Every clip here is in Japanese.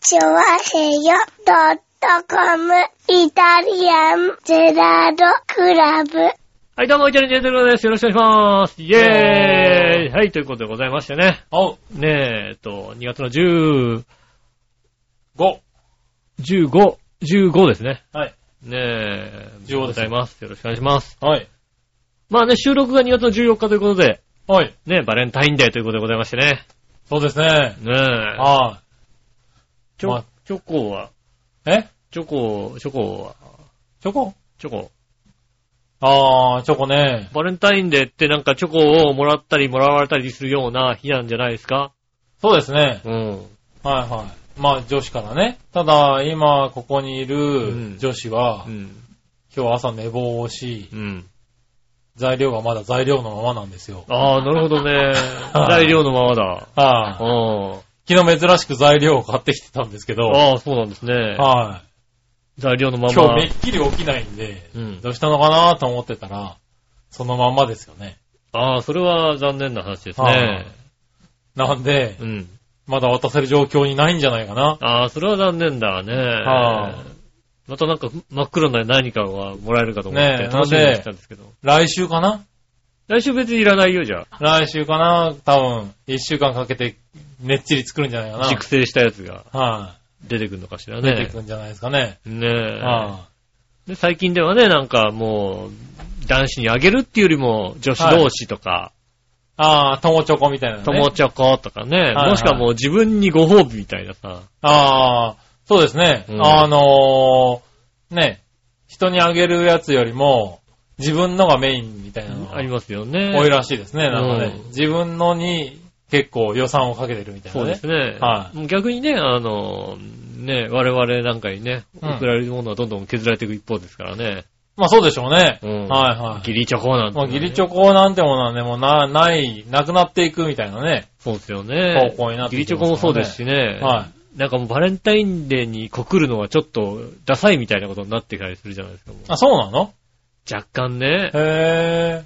チョワヘヨドットコムイタリアンゼラードクラブ。はい、どうも、イタリアンジェントルマンです。よろしくお願いします。イェーイイはい、ということでございましてね。お、ねえ、えっと、2月の10、 5。 15、15ですね。はい。ねえ、 15ですございます。よろしくお願いします。はい。まあね、収録が2月の14日ということで、はい。ねえ、バレンタインデーということでございましてね。そうですね。ねえ、はチョまチョコは、い。えチョコ、チョコは、チョコチョコ、あー、チョコね。バレンタインデーってなんかチョコをもらったりもらわれたりするような日なんじゃないですかそうですね。うん。はいはい。まあ、女子からね。ただ、今、ここにいうるん女子は、うん。今日朝寝坊をし、うん。材料がまだ材料のままなんですよ。ああ、なるほど ね。材料のままだ。はい。あ昨日珍しく材料を買ってきてたんですけど、はい。あー、そうなんですね。材料のま今日まめ。っきり起きないんで、うんどうしたのかなと思ってたら、そのまんまですよね。ああ、それは残念な話ですはいね。なんで、うん。まだ渡せる状況にないんじゃないかな。ああ、それは残念だね。はいまたなんか真っ黒な何かがもらえるかと思っねてえ楽しみにしてたんですけど。来週かな来週別にいらないよ、じゃあ。来週かな多分、一週間かけて、ねっちり作るんじゃないかな。はい、熟成したやつが出てくるのかしらね。出てくるんじゃないですかね。ねえ。はで最近ではね、なんかもう、男子にあげるっていうよりも、女子同士とか、いああ、友チョコみたいなね。友チョコとかね、はいもしくはもう自分にご褒美みたいなさ、ああ、そうですね。うんあのー、ね、人にあげるやつよりも、自分のがメインみたいなのあがりますよね。多いらしいですね。なんかねうん、自分のに結構予算をかけてるみたいそなうでねす。ね。は逆にね、あの、ね、我々なんかにね、うん送られるものはどんどん削られていく一方ですからね。まあそうでしょうね。うんはいはい。ギリチョコなんて、まね。あギリチョコなんてものはね、もうな、ない、なくなっていくみたいなね。そうですよね。方向になってギリきチてョますからコもねそうですしね。はい。なんかもうバレンタインデーに告るのはちょっとダサいみたいなことになってたりするじゃないですか。もうあ、そうなの若干ね。へ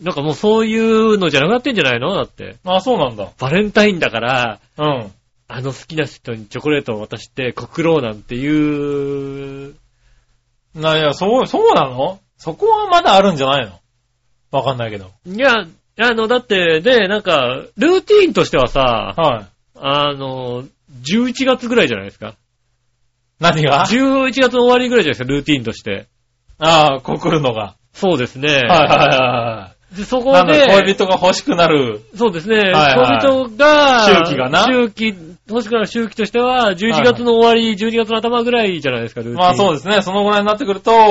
なんかもうそういうのじゃなくなってんじゃないのだって。ぇー。あ、そうなんだ。バレンタインだから、うん。あの好きな人にチョコレートを渡して告ろうなんていう、ないや、そう、そうなのそこはまだあるんじゃないのわかんないけど。いや、あの、だって、で、なんか、ルーティーンとしてはさ、はい。あの、11月ぐらいじゃないですか。何が11月の終わりぐらいじゃないですか、ルーティーンとして。ああ、告るのが。そうですね。はいはで、そいはいはい。こなんで、だ、恋人が欲しくなる。そうですね。はいはい恋人が、周期がな周期、欲しくなる周期としては、11月の終わり、12月の頭ぐらいじゃないですか、ルーティーン。まあそうでですね。そのぐらいになってくるす。と、うん。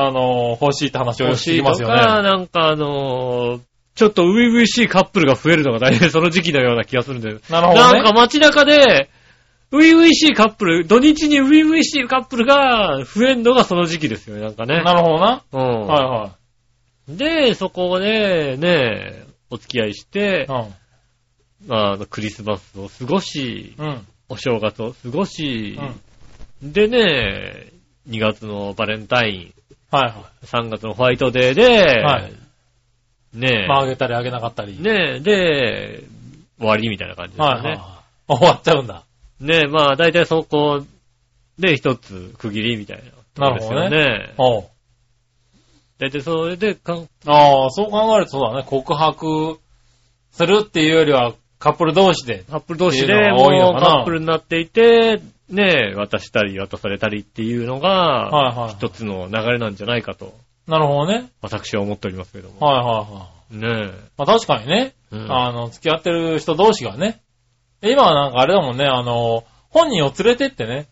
あのー、欲しいって話をよ欲く聞しきいとますよね。か、なんかあのーちょっと初々しいカップルが増えるのが大変その時期のような気がするんだよ。なるほどなんかね。街中で、初々しいカップル、土日に初々しいカップルが増えるのがその時期ですよね、なんかね。なるほどな。うはいはん。で、そこで、ね、お付き合いして、い。まああの、クリスマスを過ごし、うん。うん。お正月を過ごしう、ん。でね、2月のバレンタイン、はいは3月のホワイトデーで、はいねい。まああげたりあげなかったり。ねえ、で、終わりみたいな感じですはよいね。はいはい。終わっちゃうんだ。ねえ、まあ、大体そこで一つ区切りみたいな。なるほどねですよね。おう大体それでかん、ああ、そう考えるとそうだね。告白するっていうよりは、カップル同士で。カップル同士っていでうのが多いものうかなカップルになっていて、ねえ、渡したり渡されたりっていうのが、はいは一つの流れなんじゃないかと、い。なるほどね。私は思っておりますけども。はいはいはい。ねまあ確かにね、え。うんあの、付き合ってる人同士がね、今はなんかあれだもんね、あの、本人を連れてってね、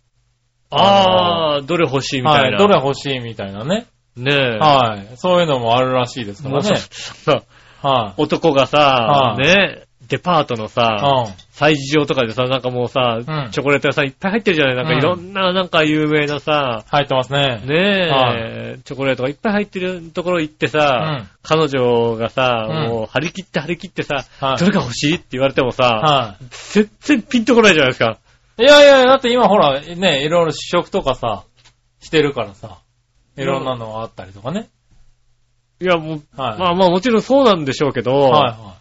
あー、どれ欲しいみたはいい、な。どれ欲しいみたいなね、ねえ。はい、そういうのもあるらしいですかもらうねさ、、さはい、男がさ、はいねえ、デパートのさ、うん、催事場とかでさ、なんかもうさ、うんチョコレート屋さんいっぱい入ってるじゃないなんかうんいろんな、なんか有名なさ、入ってますね。ねえ、はチョコレートがいっぱい入ってるところ行ってさ、うん彼女がさ、うんもう張り切って張り切ってさ、はいどれが欲しいって言われてもさ、は全然ピンとこないじゃないですか。い。いやいや、だって今ほら、ね、いろいろ試食とかさ、してるからさ、いろんなのがあったりとかね。いやもう、はいまあまあもちろんそうなんでしょうけど、はいは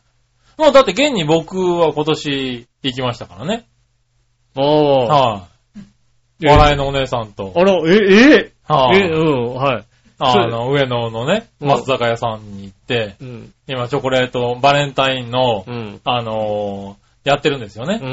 い。もうだって現に僕は今年行きましたからね。ああ。はい。笑いのお姉さんと。あら、え、えはいえ、うん、はい。あの、上野のね、うん松坂屋さんに行って、うん、今チョコレート、バレンタインのう、ん、あのーやってるんですよねう。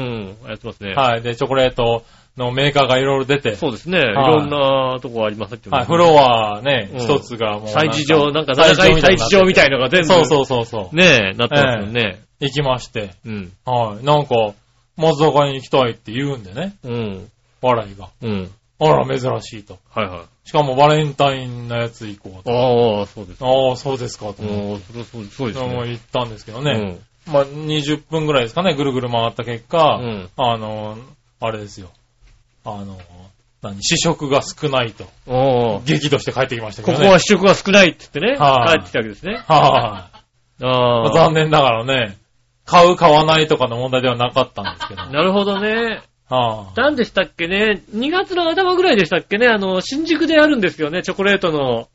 ん、やってますね。はい。で、チョコレートのメーカーがいろいろ出て、そうですね。いろんなとこありますけど。はい。フロアね、うん一つがもうなんか。催事場、なんか、大催事場みたいなのが全って部。て。そうそうそうそう。ねえ、なってますもんね。行きまして、うん。はい。なんか、松坂屋に行きたいって言うんでね、うん。笑いが。うん。あら、珍しいと。はいはい。しかもバレンタインのやつ行こうと。ああ、そうです。ああ、そうですかと。もう、それはそうそうですもうね。行ったんですけどね。まあ、20分ぐらいですかね、ぐるぐる回った結果、うんあの、あれですよ。あの、何、試食が少ないと、うん。ああ。激怒して帰ってきましたけこどこね。は主食が少ないって言ってね、は帰いってきたわけですね。はい、まあああ。残念ながらね、買う、買わないとかの問題ではなかったんですけど。なるほどね。はい何でしたっけね ?2 月の頭ぐらいでしたっけねあの、新宿であるんですよね、チョコレートの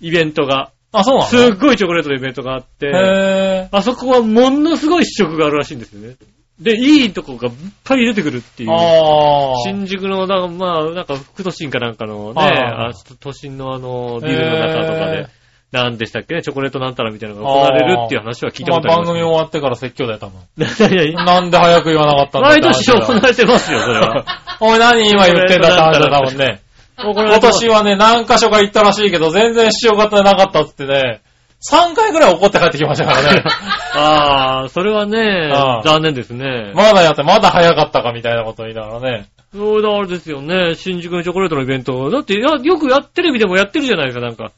イベントが。あ、そうなのすっごいチョコレートのイベントがあって、へあそこはものすごい試食があるらしいんですよね。で、いいとこがいっぱい出てくるっていぇー。う。ああ。新宿の、なんか、まあ、なんか、副都心かなんかのね、あーあ都心のあの、ビルの中とかへーで、なんでしたっけね、チョコレートなんたらみたいなのが行われるっていう話は聞いたまこあ、とあり番ます、組終わってから説教だよ、多分。いやいやなんで早く言わなか ったんだ毎年行って話だわれてますよ、それ は。おい、何今言ってんだって話だ、多分ね。今年は。はね、何箇所か行ったらしいけど、全然支障がなかったっつってね、3回ぐらい怒って帰ってきましたからね。 ああ、それはねああ、残念ですね。まだやって、まだ早かったかみたいなこと言いながらね。そうだ、あれですよね。新宿のチョコレートのイベント。だって、やよくや、テレビでもやってるじゃないですか、なんか。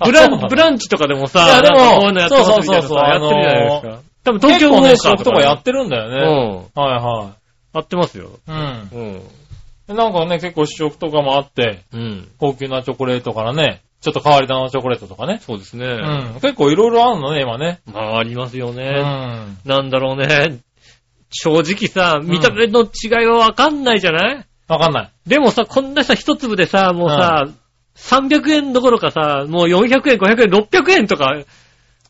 あブそラうなんだン、ブランチとかでもさ、いやでもなんかこういうのやってますみたいなそさうそうそうそうやってるじゃないですあか。多分東結京構もね、支障とかやってるんだうよね。ん。はやってますよ。いはい。うん。うん。なんかね、結構試食とかもあって、うん。高級なチョコレートからね、ちょっと変わり種のチョコレートとかね。そうですうね。ん。結構いろいろあるのね、今ね。まあ、ありますようね。ん。なんだろうね。正直さ、見た目の違いはわかんないじゃないわかんない。でもさ、こんなさ、一粒でさ、もうさ、300円どころかさ、もう400円、500円、600円とか、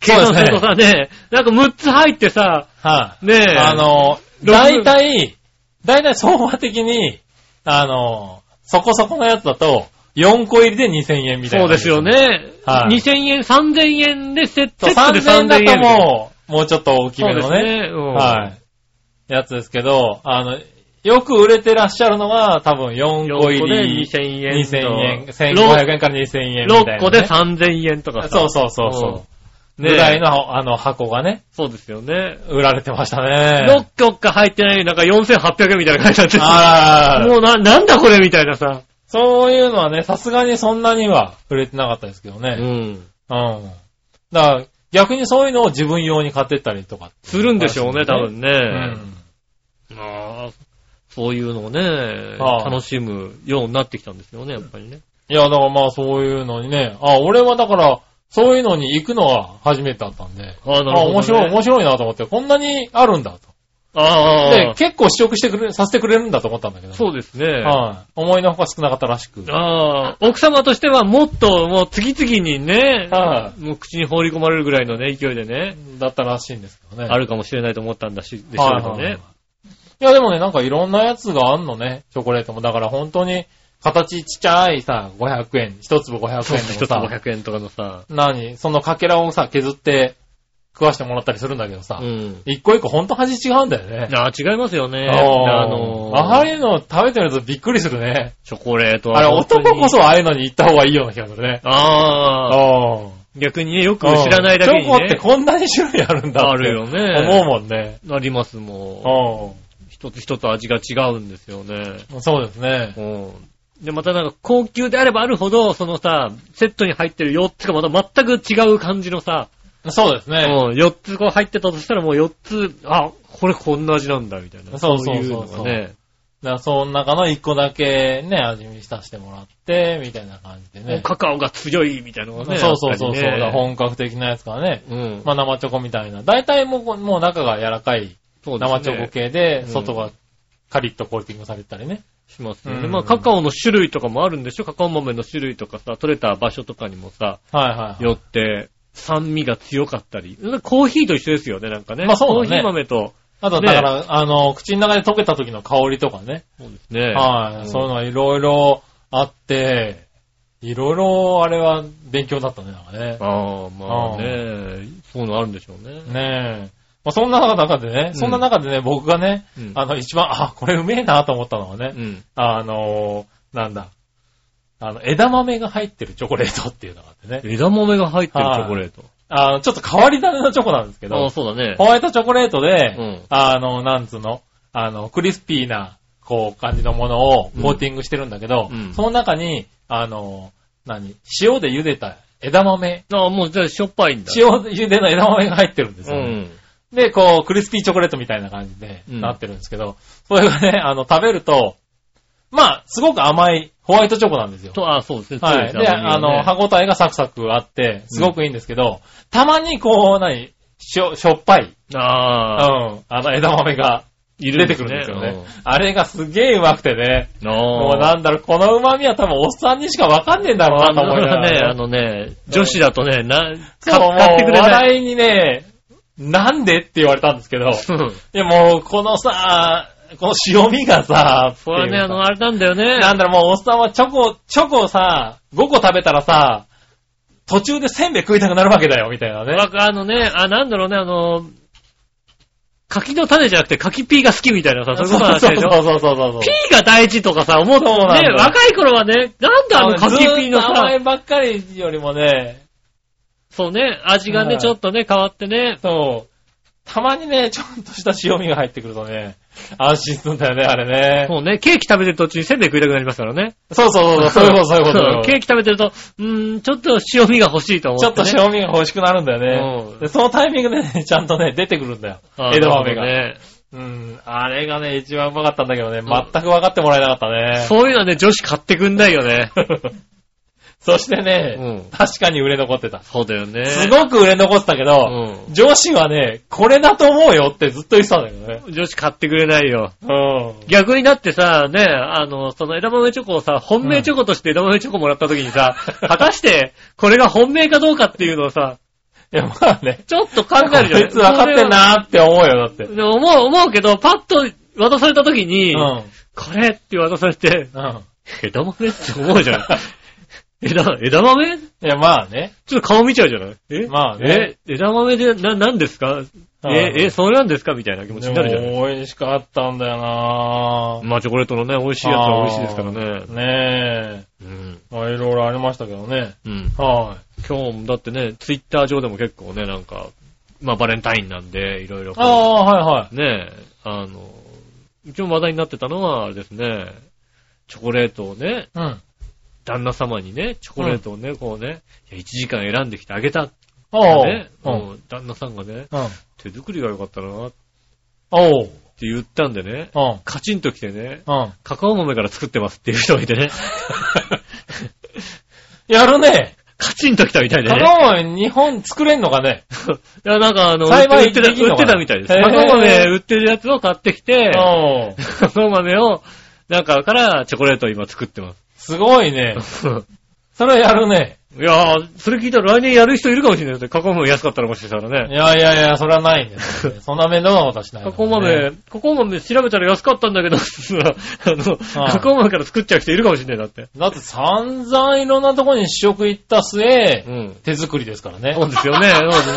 計算するとさ、ねなんか6つ入ってさ、はい。ねえ、あ、の、大六体、大体相場的に、あの、そこそこのやつだと、4個入りで2000円みそたいなう感でじ。すよね。はい2000円、3000円でセットそう。セットで3000円だとみたいなもう、もうちょっと大きめのそうですね、ね。うんはい。やつですけど、あの、よく売れてらっしゃるのは、多分4個4個入でり、 2000円。 2000円、1500円から2000円みたいな、ね。 6個で3000円とかさ。そうそうそうそう。ねえぐらいの、あの、箱がね、そうですよね。売られてましたね。 6個か入ってないなんか4800円みたいな感じになってさあらもうな、なんだこれみたいなさ。そういうのはね、さすがにそんなには触れてなかったですけどうね。ん。うん。だから、逆にそういうのを自分用に買ってったりとか。するんでしょうね、多分ね。うん。ああ、そういうのをね、ああ楽しむようになってきたんですよね、やっぱりね。いや、だからまあそういうのにね、あ、俺はだから、そういうのに行くのは初めてだったんで、ああ、なるほど、ね。あ、面白い、面白いなと思って、こんなにあるんだと。ああ、で、結構試食してくれ、させてくれるんだと思ったんだけど。そうですね。はい。思いのほか少なかったらしく。はい。ああ、奥様としてはもっともう次々にね、はもう口に放り込まれるぐらいのね、勢いでね、だったらしいんですけどね。あるるかもしれないと思ったんだし、でしょうけどね。いや、でもね、なんかいろんなやつがあんのね、チョコレートも。だから本当に、形ちっちゃいさ、500円、一粒500円そうと一つかさ、 500円とかのさ、何そのかけらをさ、削って食わしてもらったりするんだけどさう、ん。一個一個本当味違うんだよね。ああ、違いますよね。あーあのーああいうの食べてるとびっくりするね。チョコレートはあれ、本当に男こそああいうのに行った方がいいような気がするね。ああ、あ逆にね、よくあ。知らないだけにチョコってね。こんなに種類あるんだって。あるよね。思うもんね。ありますもん。う一つ一つ味が違うんですよね。ん。そうですね。うん。で、またなんか高級であればあるほど、そのさ、セットに入ってる4つがまた全く違う感じのさ、そうですね。うん、4つこう入ってたとしたらもう4つ、あ、これこんな味なんだみたいな。そうそうそうそういうのがね。だからその中の一個だけね、味見させてもらって、みたいな感じでね。カカオが強いみたいなのがね。そうそうそうそやう、っぱだからりね本格的なやつからね。うん。まあ生チョコみたいな。大体もうこ、もう中が柔らかいそうですね生チョコ系で、うん外がカリッとコーティングされたりね。しますよね。うんまあ、カカオの種類とかもあるんでしょカカオ豆の種類とかさ、取れた場所とかにもさ、はいはい、はよって、酸味が強かったり。コーヒーと一緒ですよね、なんかね。まあそうだねコーヒー豆といあと、だから、あの、口の中で溶けた時の香りとかね。そうですね。はい、うんそういうのはいろいろあって、いろいろあれは勉強だったね、なんかね。ああ、まあね、そういうのあるんでしょうね。ねえ。まあ、そんな中でね、んそんな中でね、僕がね、うんあの、一番、あ、これうめえなと思ったのはね、うん。あのーなんだ。あの、枝豆が入ってるチョコレートっていうのがあってね。枝豆が入ってるチョコレート。あの、ちょっと変わり種のチョコなんですけああ、ど、そうだねホ。ワイトチョコレートで、うんあの、なんつうの、あの、クリスピーな、こう、感じのものをコーティングしてるんだけど、うんその中に、あの、何塩で茹でた枝豆、ああ、もうじゃあしょっぱいんだ。塩で茹でた枝豆が入ってるんですよ、ねうん。で、こう、クリスピーチョコレートみたいな感じで、うんなってるんですけど、それがね、あの、食べると、まあ、すごく甘いホワイトチョコなんですよ。と、ああ、そうですね。はい。そうでで、すねあの、歯応えがサクサクあって、すごくいいんですけど、たまにこう、何、しょ、しょっぱい、うん、ああ、あの枝豆が出てくるんですよね。あれがすげえうまくてね、うん。あもうなんだろう、この旨味は多分おっさんにしかわかんねえんだろうあなとの思いながね、らあね。のね、女子だとね、な、そうか買ってくれもなうい。笑いにね、なんでって言われたんですけど、うんいやもう、このさ、この塩味がさ、それはね、あっていうの、かあれなんだよね。なんだろう、もうおっさんはチョコ、チョコをさ、5個食べたらさ、途中でせんべい食いたくなるわけだよ、みたいなね。わかあのね、あ、なんだろうね、あの、柿の種じゃなくて柿ピーが好きみたいなさ、そういうことなんでしょそうそうそうそうそう。ピーが大事とかさ、思うそうとなんだね、若い頃はね、なんであの柿ピーのずっとさ甘、いばっかりよりもね、そうね、味がはね、いちょっとね、変わってね。そう。たまにね、ちょっとした塩味が入ってくるとね、安心するんだよね、あれね。そうね、ケーキ食べてる途中にせんべい食いたくなりますからね。そうそうそう、そういうこと、そういうことんよ。ケーキ食べてると、うーん、ちょっと塩味が欲しいと思ちょっってね。と塩味が欲しくなるんだようね。んでそのタイミングでね、ちゃんとね、出てくるんだよ。あ枝豆が。なるうん、あれがね、一番うまかったんだけどね、全く分かってもらえなかったね。ほどね。そういうのはね、女子買ってくんないよ ね。そしてね、うん確かに売れ残ってた。そうだよね。すごく売れ残ってたけど、う上司はね、これだと思うよってずっと言ってたんだけどね。ん。女子買ってくれないよ。う逆にだってさ、ね、あの、その枝豆チョコをさ、本命チョコとして枝豆チョコもらった時にさ、果たして、これが本命かどうかっていうのをさ、ん。いや、まあね。ちょっと考える じゃん。こいつ分かってんなーって思うよ、だって。でも思う、思うけど、パッと渡された時に、うん。これって渡されて、うん。枝豆って思うじゃん。枝、枝豆いや、まあね。ちょっと顔見ちゃうじゃないえまあね。え、枝豆で、な、何ですかうんえ、え、それなんですかみたいな気持ちでになるじゃないも、美味しかったんだよなぁ。まあ、チョコレートのね、美味しいやつは美味しいですからね。ねうん。え。まあ、いろいろありましたけどね。うん。は今日もだってね、ツイッター上でも結構ね、なんか、まあバレンタインなんで、いろいろい。こああ、はいはう、ねえ、あの、一応話題になってたのは、あれですね、チョコレートをね、い。うん。旦那様にね、チョコレートをね、こうね、1時間選んできてあげたっておう。ね、うん。もう旦那さんがね、うん。手作りが良かったなっておう。言ったんでね、うん。カチンと来てね、うん。カカオ豆から作ってますっていう人がいて ね、やるね。カチンと来たみたいでカね。カオ豆日本作れんのかね。いや、なんかあの、栽培売ってた、売できんのっかてなたみたいです。へーカカオ豆売ってるやつを買ってきて、おうカカオ豆を、なんかからチョコレートを今作ってますごいね。す。 それはやるね。いやー、それ聞いたら来年やる人いるかもしれないですね。カカオ豆安かったらもしかしたらいね。やいやいや、それはないん ですよね。そんな面倒なことはしない、カカオ豆、。カカオ豆調べたら安かったんだけど、 あの、ああカカオ豆から作っちゃう人いるかもしれない、だって。だって散々いろんなとこに試食行った末、ん。手作りですからね。そうですよね、そうですね。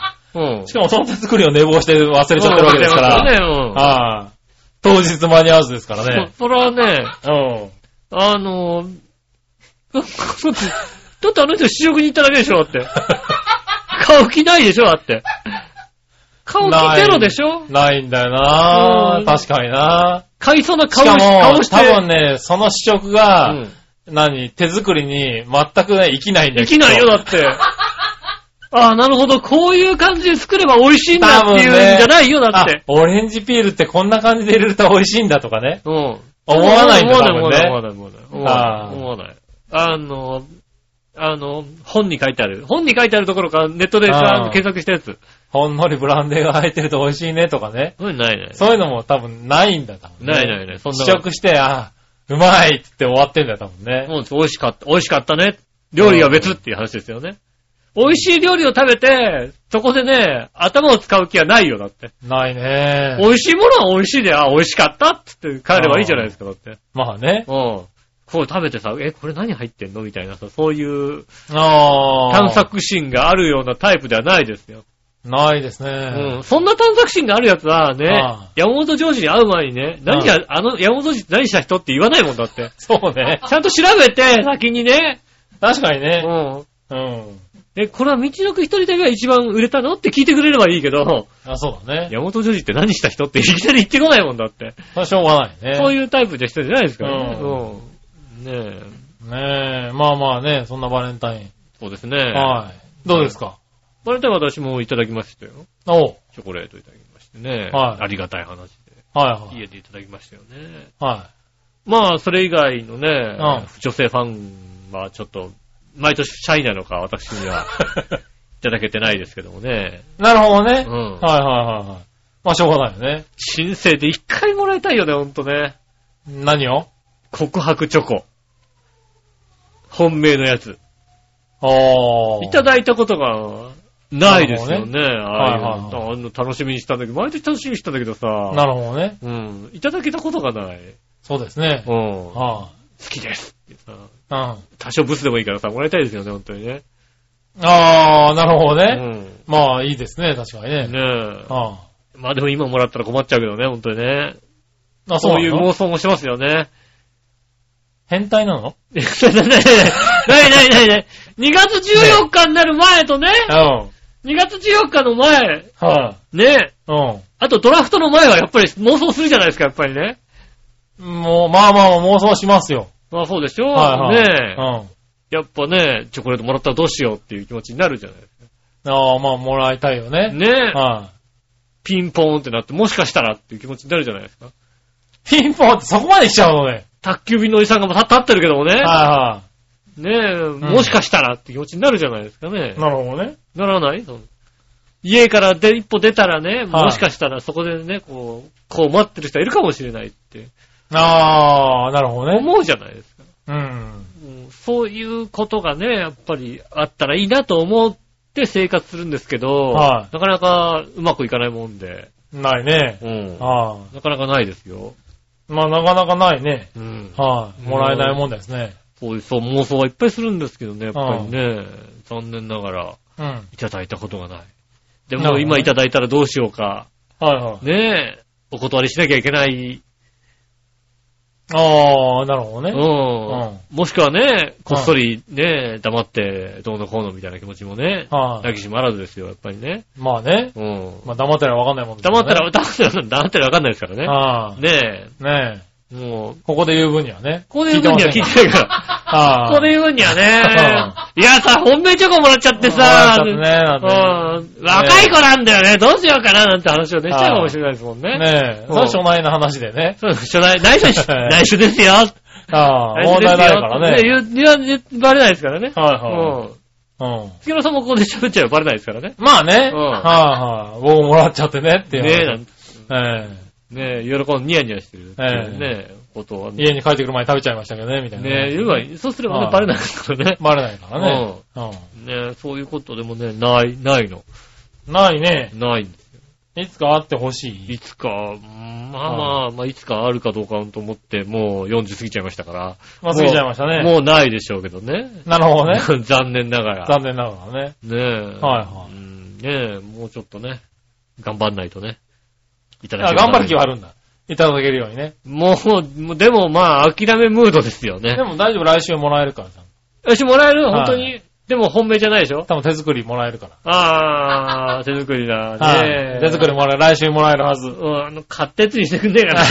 うんし。かもその手作りを寝坊して忘れちゃってるわけですから。そうですよね、ああ当日間に合わずですからうん。そね。それはね、 うん。あの ー、だってだってあの人試食に行っただけでしょだって。買う気ないでしょだって。買う気ゼロでしょないんだよなうん確かにな買いそうな顔ししか顔も、して。多分ね、その試食が、うん何、手作りに全くね、生きないんだでよ。きないよ、だきっっ て。ああ、なるほど。こういう感じで作れば美味しいんだってい多分うねんじゃないよ、とだってあ。オレンジピールってこんな感じで入れると美味しいんだとかね。うん。思わないんだ思よ、わ多ない、思分わない、思ねわ。ない、思わない。思あわあない思わない。あのー、あの、本に書いてある。本に書いてあるところからネットであさあ、検索したやつ。ほんのりブランデーが入ってると美味しいねとかね。そういうのないね。そういうのも多分ないんだ、多分ね、ないないないそんな試食して、あうまいって言って終わってんだよ、多分ね。もう美味しかった、美味しかったね。料理は別っていう話ですよね。美味しい料理を食べて、そこでね、頭を使う気はないよ、だって。ないね。美味しいものは美味しいで、あ、美味しかったっつって帰ればいいじゃないですか、だって。うん。まあね。こう食べてさ、え、これ何入ってんのみたいなさ、そういうああ。探。索心があるようなタイプではないですよ。ないですね。うん。そんな探索心があるやつはねああ、山本上司に会う前にね、何や、あの、山本上司何した人って言わないもんだ って。そ うね。ちゃんと調べて、先にね、確かにね。うん。うん。え、これは道のく一人だけが一番売れたのって聞いてくれればいいけど、あ、そうだね。山本女子って何した人っていきなり言ってこないもんだって。まあしょうがないね。そういうタイプで人じゃないですからね。ううん。ねえ。ねえ、まあまあね、そんなバレンタイそうですね。ン。はい。どうですかバレンタインは私もいただきましたよ。おうチョコレートいただきましてね。はいありがたい話はいはい。で。家でいただきましたよね。はまあ、それ以外のね、うん女性ファンはちょっと、毎年シャイなのか私に はいただけてないですけどもね。い。なるほどうね。はいん。はいはいはい。まあしょうがないよね。申請で一回もらいたいよね、ほんとね。何を告白チョコ。本命のやつ。おー。いただいたことがないですよね。はいはいああいうのあの楽しみにしたんだけど、毎年楽しみにしたんだけどさ。なるほどね。うん。いただけたことがない。そうですねう。ん。好はきですってさ。い。うん。あ多少ブスでもいいからさ、もらいたいですよね、本当にね。あー、なるほどうね。ん。まあいいですね、確かにね。ねえ。あまあでも今もらったら困っちゃうけどね、本当にね。あ。あ、そそうういいうう妄想もしますよね。 変態なのないないないないない。2月14日になる前とね、うん。 2月14日の前、はい。ね、うん。あとドラフトの前はやっぱり妄想するじゃないですか、やっぱりね。もう、まあまあ、妄想しますよ。まあそうでしょ、はいはい。ねえ、うん。やっぱね、チョコレートもらったらどうしようっていう気持ちになるじゃないですああ、まあ、もらいたいか。よね。ねえ、はピンポーンってなって、もしかしたらっていう気持ちになるじゃないですか。い。ピンポンってそこまで来ちゃうのね。宅急便のおじさんが立立ってるけどもね、はねえ、もしかしたらって気持ちになるじゃないですかねいはい。。なるほどね。ならないそう家からで一歩出たらね、はいもしかしたらそこでね、こう、こう待ってる人いるかもしれないってああ、なるほどね。思うじゃないですか。うん。うんそういうことがね、やっぱりあったらいいなと思って生活するんですけど、はなかなかうまくいかないもんで、ないね。うんああ。なかなかないですよ。まあ、なかなかないね。うんはい。もらえないもんですね。そういうそう妄想はいっぱいするんですけどね、やっぱりね、残念ながらうん。いただいたことがない。でなるもほどね今いただいたらどうしようか、はいはい。ねえ、お断りしなきゃいけないああ、なるほどうね。ん。もしくはね、こっそりね、黙って、どうのこうのみたいな気持ちもね、はなきしもあらずですよ、やっぱりね。い。まあね。うん。まあ、黙ってりゃわかんないもんです黙ったねら、黙ったら、黙ったらわかんないですからね。ああ。ねねえ。え、もう、ここで言う分にはね。こういう分には聞いてないから。ああ。こういう分にはね、いやさ、本命チョコもらっちゃってもらっさ、ちゃっうてんね、なん若い子なんだよね、どうしようかななんて話をね、しちゃうかもしれないですもんて。ね。ねえ。うん最初ないな話でね。そう、初代、内緒に し、はい内緒ですよ。ああ、内緒問です題よ。ないからね。ね言う、言わ、バレないですからね。はいうはん。い。うん。杉村さんもここで喋っちゃえばバレないですからね。まあね。うんはいはい。僕もらっちゃってねっていうねえ、話。なんえねえ、喜んでニヤニヤしてる。ええねえ、ことはえね。家に帰ってくる前に食べちゃいましたけどね、みたいな。ねえ、言えばいいそうすればねああバレないですからね。バレないからね。うねえ、そういうことでもね、ない、ないの。ん。ないね。ないんです。いつか会ってほしい。いつか、うんまあまあ、まあ、いつかあるかどうかと思って、もう40過ぎちゃいましたから。まあ、過ぎちゃいましたね。もうないでしょうけどね。なるほどね。 残念ながら。残念ながらね。ねえ。はいはういんねえ、もうちょっとね、頑張んないとね。いただあ、けない頑張る気はあるんだ。いただけるようにね。もう、もうでもまあ、諦めムードですよねで。も大丈夫、来週もらえるからさ。よし、もらえるはい本当に。でも本命じゃないでしょ多分手作りもらえるから。あ ー、手作りだはねい。。手作りもらえる、来週もらえるはず。うん、あの、買ったやつにしてくんねえ かな。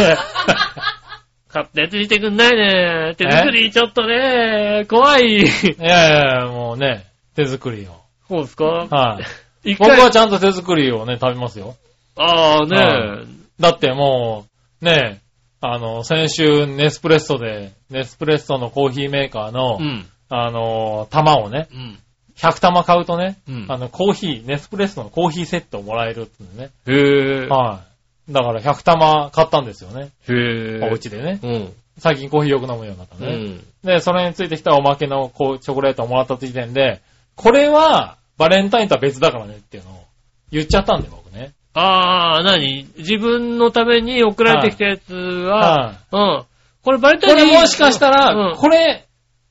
買ったやつにしてくんないね。手作りちょっとね、怖い。いやいやいや、もうね、手作りを。そうですかはい。 一僕は回。ちゃんと手作りをね、食べますよ。あーはねだってもう、ねえ、あの、先週、ネスプレッソで、ネスプレッソのコーヒーメーカーの、うん。あの、玉をね、うん。 100玉買うとね、うんあの、コーヒー、ネスプレッソのコーヒーセットをもらえるっていうね。へー。はい。だから100玉買ったんですよね。へー。お家でね。うん。最近コーヒーよく飲むようになったうね。ん。で、それについてきたおまけのこうチョコレートをもらった時点で、これは、バレンタインとは別だからねっていうのを言っちゃったんで、僕ね。あー、何自分のために送られてきたやつは、はいうん。これバレンこタインれもしかしたうんうら、んこれ、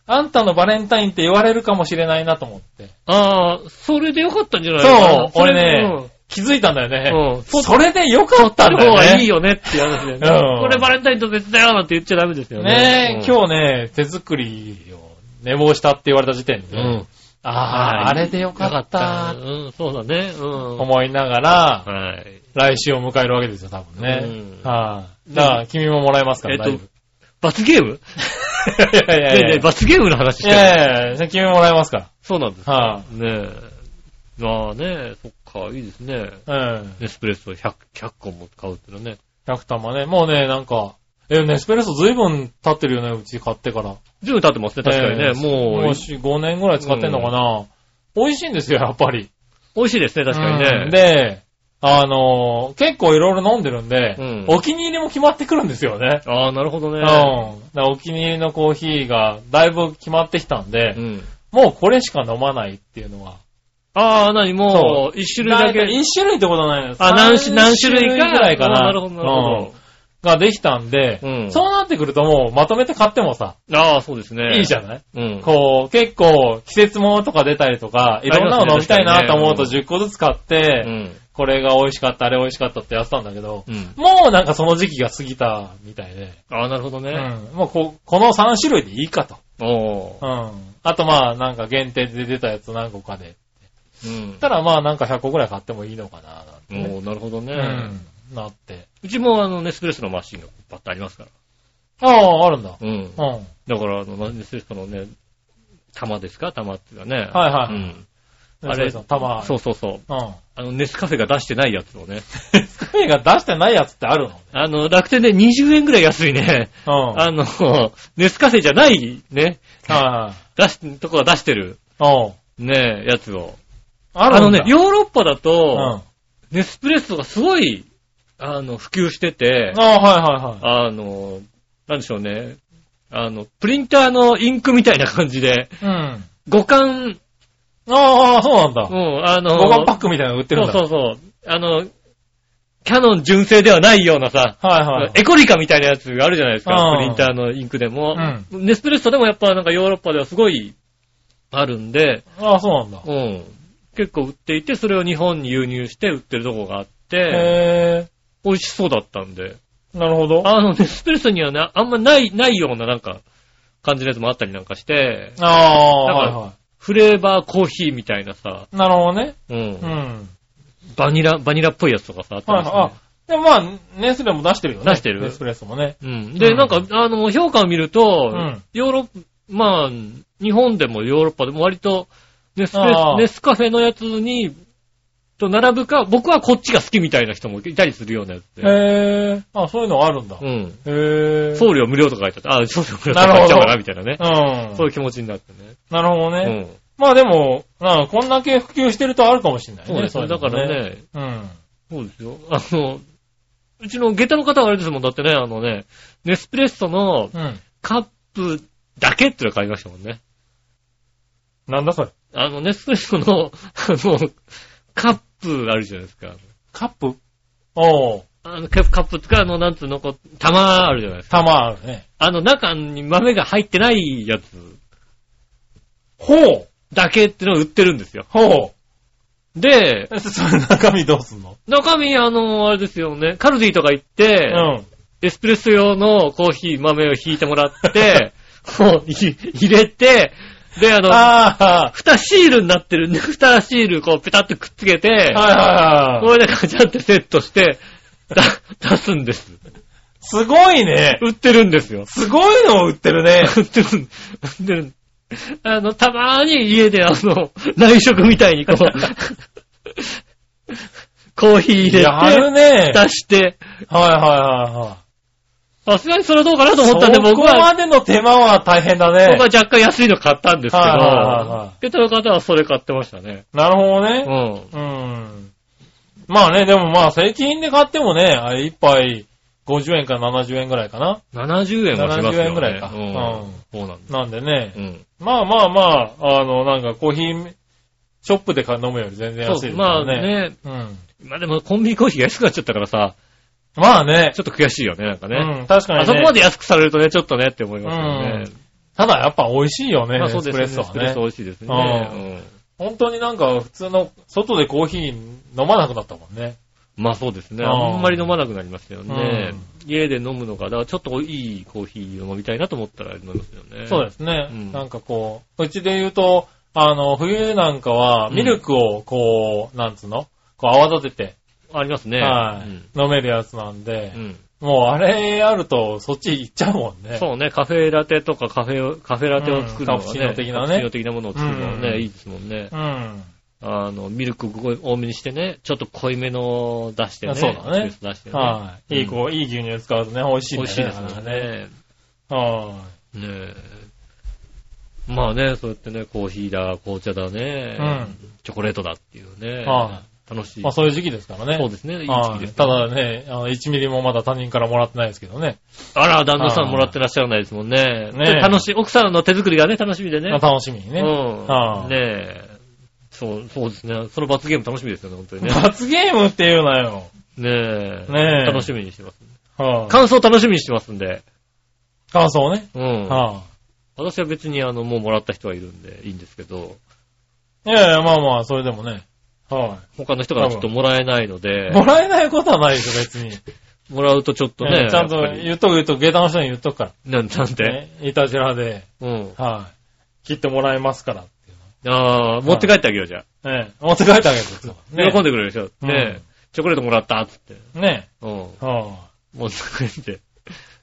あんたのバレンタインって言われるかもしれないなと思って。あー、それでよかったんじゃないそう、かな俺ね、、気づいたんだようねん。それでよかったん取だるよ方ね。がいいよねっていう話だよね。うんこれバレンタインと別だよなんて言っちゃダメですよね。ねえ、日。今日ね、手作りを寝坊したって言われた時点で、うん。ああ、あれでよかっあたー、うん、そうだね。うん。と思いながら、はい。来週を迎えるわけですよ、多分ね。うんはい。だから、君ももらえますから、えっ大と丈夫。罰ゲームねえいやいやいやねえ、いや。罰ゲームの話しいてる。やいやいや、君ももらえますかそうなんです。ら。ねえ。まあね、そっか、いいですね。はい。うん。エスプレッソ 100, 100個も買うっていうのはね。 100玉ね。もうね、なんか、え、ネスプレッソ随分経ってるよね、うち買ってから。ずいぶん経ってますね、確かにね。えーももうう、し5年ぐらい使ってんのかな。美味しいんですよ、やっぱり。美味しいですね、確かにうね。んで、あのー結構いろいろ飲んでるんで、うんお気に入りも決まってくるんですよね。ああ、なるほどうねん。。だからお気に入りのコーヒーがだいぶ決まってきたんで、うん。もうこれしか飲まないっていうのは。ああ、なに、もう、一種類だけ。一種類ってことはないですあ、何種何種類か。ぐらいかあーな。なるほど、なるほうんができたんで、うんそうなってくるともうまとめて買ってもさ、ど。ああ、そうですね。いいじゃゃないん。うん。こう、結構、季節物とか出たりとか、いろんなの飲みたいなと思うとありますね10個ずつ買って、うん。これが美味しかった、あれ美味しかったってやってたんだけど、うん。もうなんかその時期が過ぎたみたいで、ああ、なるほどね。うんもうここの3種類でいいかと。おーうんあとまあなんか限定で出たやつ何個かで。うん。たらまあなんか100個ぐらい買ってもいいのかな、なんてね、おーなるほどね。うんなって。うちもあの、ネスプレッソのマシンがバッとありますから。ああ、あるんだ。うんう。ん。はいだから、あの、ネスプレッソのね、玉ですか玉っていうかね。はうい。ん。あれ、たま。そうそうそう。うん。あの、ネスカフェが出してないやつをね。 スクエが出してないやつってあるあの、楽天で20円ぐらい安いね。のうん。あの、ネスカフェじゃないね。はい。出し、とこが出してる。うん。ねやつを。ああるのんだね、ヨーロッパだうん。と、あネスプレッソがすごい、あの、普及しててあ、、はいはいはい。あの、なんでしょうね。あの、プリンターのインクみたいな感じで、うん。五感、ああ、そうなんだう。ん、あの、五感パックみたいなの売ってるんだ。そうそうそう。あの、キャノン純正ではないようなさ、はいはい。エコリカみたいなやつがあるじゃないですか、うんプリンターのインクでも。ネスプレッソでもやっぱなんかヨーロッパではすごいあるんで、ああ、そうなんだ。うん、結構売っていて、それを日本に輸入して売ってるとこがあって、へ美味しそうだったんで。え。なるほど。あの、ネスプレッソにはな、あんまない、ないようななんか、感じのやつもあったりなんかして、だああ、かはらいはフレーバーコーヒーみたいなさ、い。なるほどね。うんうん。バニラ、バニラっぽいやつとかさ、あったはりいはい。してね、あ、でもまあ、ネスレも出してるよね。出してるネスプレッソもね。うん。で、うんなんか、あの、評価を見ると、うんヨーロッパ、まあ、日本でもヨーロッパでも割とネスプレあーネスカフェのやつに、と並ぶか、僕はこっちが好きみたいな人もいたりするようなやつで。へえ。あ、そういうのがあるんだ。うへん。え。送料無料とか書いてあって、あ、送料無料とか書いちゃうかなるほどな、みたいなね。うん。そういう気持ちになってね。なるほどうね。ん。まあでも、なんかこんだけ普及してるとあるかもしれないね。そうですね。だいかのら。ね、うん。そうですよ。あの、うちの下駄の方はあれですもん。だってね、あのね、ネスプレッソのうん。カップだけっていうの買いましたもんね。なんだそれ。あの、ネスプレッソの、あの、カップあるじゃないですか。カップおう。あの、カップカップってか、あの、なんつうの、こう、玉あるじゃないですか。玉あるね。あの、中に豆が入ってないやつほう。だけってのを売ってるんですよ。ほう。で、えそ れ中身どうすんの中身、あの、あれですよね、カルディとか行って、うん。エスプレッソ用のコーヒー豆を引いてもら って、こう、い入れて、で、あの、あ蓋シールになってる、 蓋シールこう、ペタッとくっつけてあ、、はいはいはい。これでガチャってセットして、 だ出すんです。すごいね。売ってるんですよ。すごいのを売ってるね。売ってる、売ってる。あの、たまーに家であの、内職みたいにこう、 コーヒー入れやて、る ね。出して、はいはいはいはい。さすがにそれはどうかなと思ったんで、僕そこは、までの手間は大変だ僕はね。若干安いの買ったんですけどはいはいはいは、受け取る方はそれ買ってましたね。なるほどうね。ん。うん。まあね、でもまあ、正規品で買ってもね、あれ一杯50円から70円ぐらいかな。 70円もしますよ、ね。 70円ぐらいかうんうん。そうなんです。なんでね、うん。まあまあまあ、あの、なんかコーヒーショップで買う飲むより全然安いそう、ですよまあ。ね、うん。まあでもコンビニコーヒーが安くなっちゃったからさ、まあね。ちょっと悔しいよね、なんかね。うん、確かにね。あそこまで安くされるとね、ちょっとねって思いますよね。ただやっぱ美味しいよね、まあエそうスでプすレね。エッソはスプレッソ美ね。味しいですうね。本当になんか普通の、外でコーヒー飲まなくなったもんね。うんまあそうですね。うんあんまり飲まなくなりますよね。家で飲むのが、だからちょっといいコーヒーを飲みたいなと思ったら飲みますよね。。そうですすね、うんなんかこう、うちで言うと、あの、冬なんかはミルクをこう、なんつうのこう泡立てて、ありますね。はい、うん飲めるやつなんでう、んもうあれあるとそっち行っちゃうもんね。そうね、カフェラテとかカフェを、カフェラテを作るのうんカがプね、チーノ的なねカプチーノ的なものを作るのはうね、んいいですもんね。うん。あの、ミルクご多めにしてね、ちょっと濃いめの出してね、そうだジュねース出してね。はい、いい、こう、いい牛乳使うとね、美味しいん美だ味しいですもんね。だからねはい。ねえ。まあね、そうやってね、コーヒーだ、紅茶だね、うんチョコレートだっていうね、は楽しい。まあそういう時期ですからね。そうですね、いいは時期いです。ただね、あの、1ミリもまだ他人からもらってないですけどね。あら、旦那さんもらってらっしゃらないですもんね。ねえちょっと楽しい、奥さんの手作りがね、楽しみでね。まあ楽しみにね。うはん。ねいえ。そう、そうですね。その罰ゲーム楽しみですよね、本当にね。 罰ゲームっていうなよ。ねえ。ねえ楽しみにしてます。はい感想楽しみにしてますんで。感想ね。うん。は私は別にあの、もうもらった人はいるんで、いいんですけど、い。いやいや、まあまあ、それでもね。は他の人からちょっともらえないのでい。、もらえないことはないでしょ、別に。もらうとちょっとえねえ、ちゃんとやっぱり言っとく言っとく、下駄の人に言っとくかなんなんら。て、ねいたじらで、うん。はい。切ってもらえますからっていうああ、持って帰ってあげようじゃあ。の。ええ、持って帰ってあげると。喜んでくれるでしょ。うんねえ、チョコレートもらったっつって。で。ねうん。え。は持って帰って。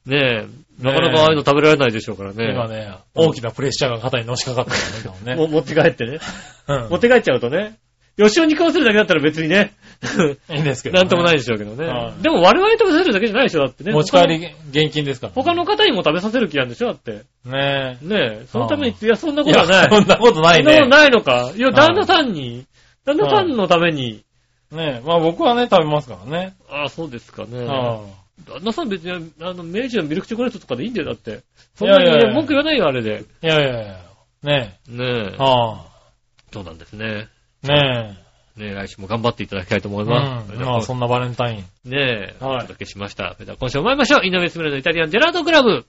ねえ、なかなかああいうの食べられないでしょうからい。今ね。ね、大きなプレッシャーが肩にのしかかってるんだけどもね。持って帰ってね。うん持って帰っちゃうとね。吉尾に食わせるだけだったら別にね、いいんですけどね。 なんともないでしょうけどはね。いでも我々食べさせるだけじゃないでしょ、だってね。持ち帰り現金ですからね。他の。他の方にも食べさせる気なんでしょ、だって。ねえ。ねえ、そのために、いや、そんなこいとやはない。そんなことなそいんなことね。ないのか。いや、ん旦那さんに、旦那さんのために、ねまあ僕はね、食べますからね。ああ、そうですかね。うん旦那さん別に、あの、明治のミルクチョコレートとかでいいんだよ、だって。そんなにいやいやいねや文句言わないよ、あれで。いやいやいや。ねねええ。。あそうなんですね。あ。ねねえ、来週も頑張っていただきたいと思え。いうます。それん。でまはあそんなバレンタイン。ねえ、はいお届けしました。それでは今週も参りましょう。井上すみれのイタリアンジェラートクラブ。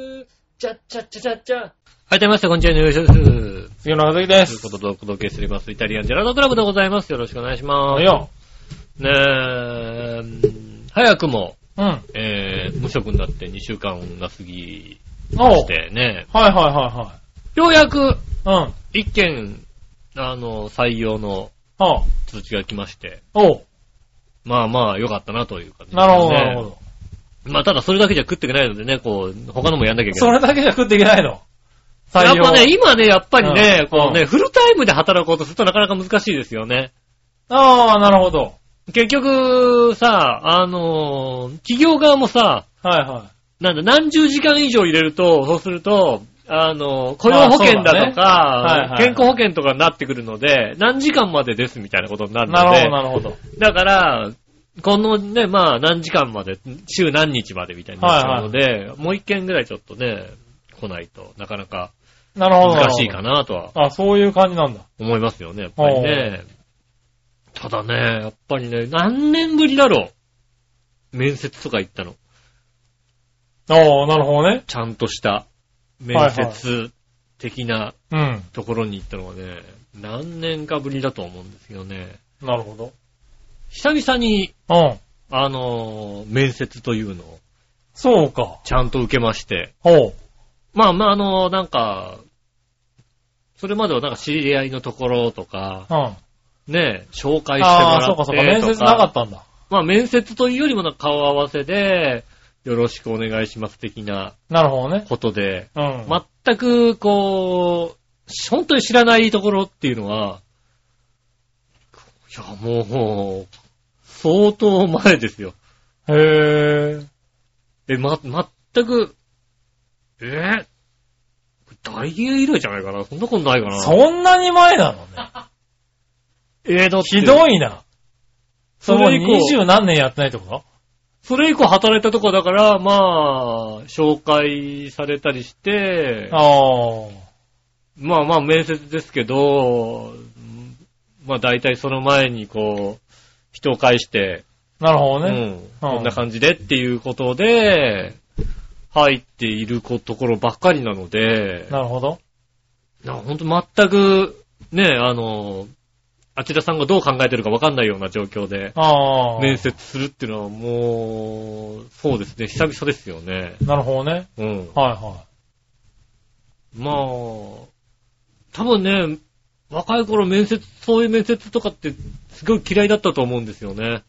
はい、どうもみなさん、こんにちは、井上です。と杉村和樹でいうす。ことでお届けしております、イタリアンジェラートクラブでございます。よろしくお願いしまはす。いよ。ねえ、うん早くも、うん。おう。えー、無職になって2週間が過ぎまはしいてね、はいはようやくいはい。うん。一件、あの、採用のはあ。通知が来まして、おう。まあまあ良かったなという感じ、なるほど、なるほ。ど。まあただそれだけじゃ食っていけないのでね、こう、他のもやんなきゃいけそない。れだけじゃ食っていけないの。やっぱね、今ね、やっぱりねうん、こうね、うんフルタイムで働こうとするとなかなか難しいですよね。ああ、なるほど。結局、さ、あのー、企業側もさ、はいはなんだ、何十時間以上入れると、そうすると、あの、雇用保険だとあそうだねはいか、はい。健康保険とかになってくるので、何時間までですみたいなことにないるなのるほでど、、なるほど。だから、このね、まあ、何時間まで、週何日までみたいになってるので、もう一件ぐらいちょっとね、来ないとなかなかなるほど。難しいかなとはな。あ、そういう感じなんだ。思いますよね、やっぱりね。ただね、やっぱりね、何年ぶりだろう。面接とか行ったの。おう、なるほどね。ちゃんとした面接的なうん。ところに行ったのはね、何年かぶりだと思うんですけどね、なるほど。久々に、うん。あのー、面接というのをそうか。ちゃんと受けまして、おう。まあまあ、あのー、なんか、それまではなんか知り合いのところとか、うん。ね、紹介してもらっあてとあ、そうかそうか。面接なかったんだ。まあ面接というよりもなんか顔合わせで、よろしくお願いします的ななるほどね。ことで、うん。全く、こう、本当に知らないところっていうのは、いや、もう、相当前ですよ。へぇえ、ま、全く、えー大英以来じゃないかなそんなことないかー。なそんなに前なのね。えー、だってひどいな。そそれれ以もう二降、十何年やってないってことそれ以降働いたとこだから、まあ、紹介されたりして、ああ。まあまあ面接ですけど、うんまあ大体その前にこう、人を介して、なるほうどね。ん、こんな感じでっていうことで、入っていることころばっかりなので、なるほど。なほんと全く、ね、あの、あちらさんがどう考えてるかわかんないような状況で、ああ。面接するっていうのはもう、そうですね、久々ですよね。なるほどね。うん。はいはまあ、多分ね、若い頃面接、そういう面接とかって、すごい嫌いだったと思うんですよね。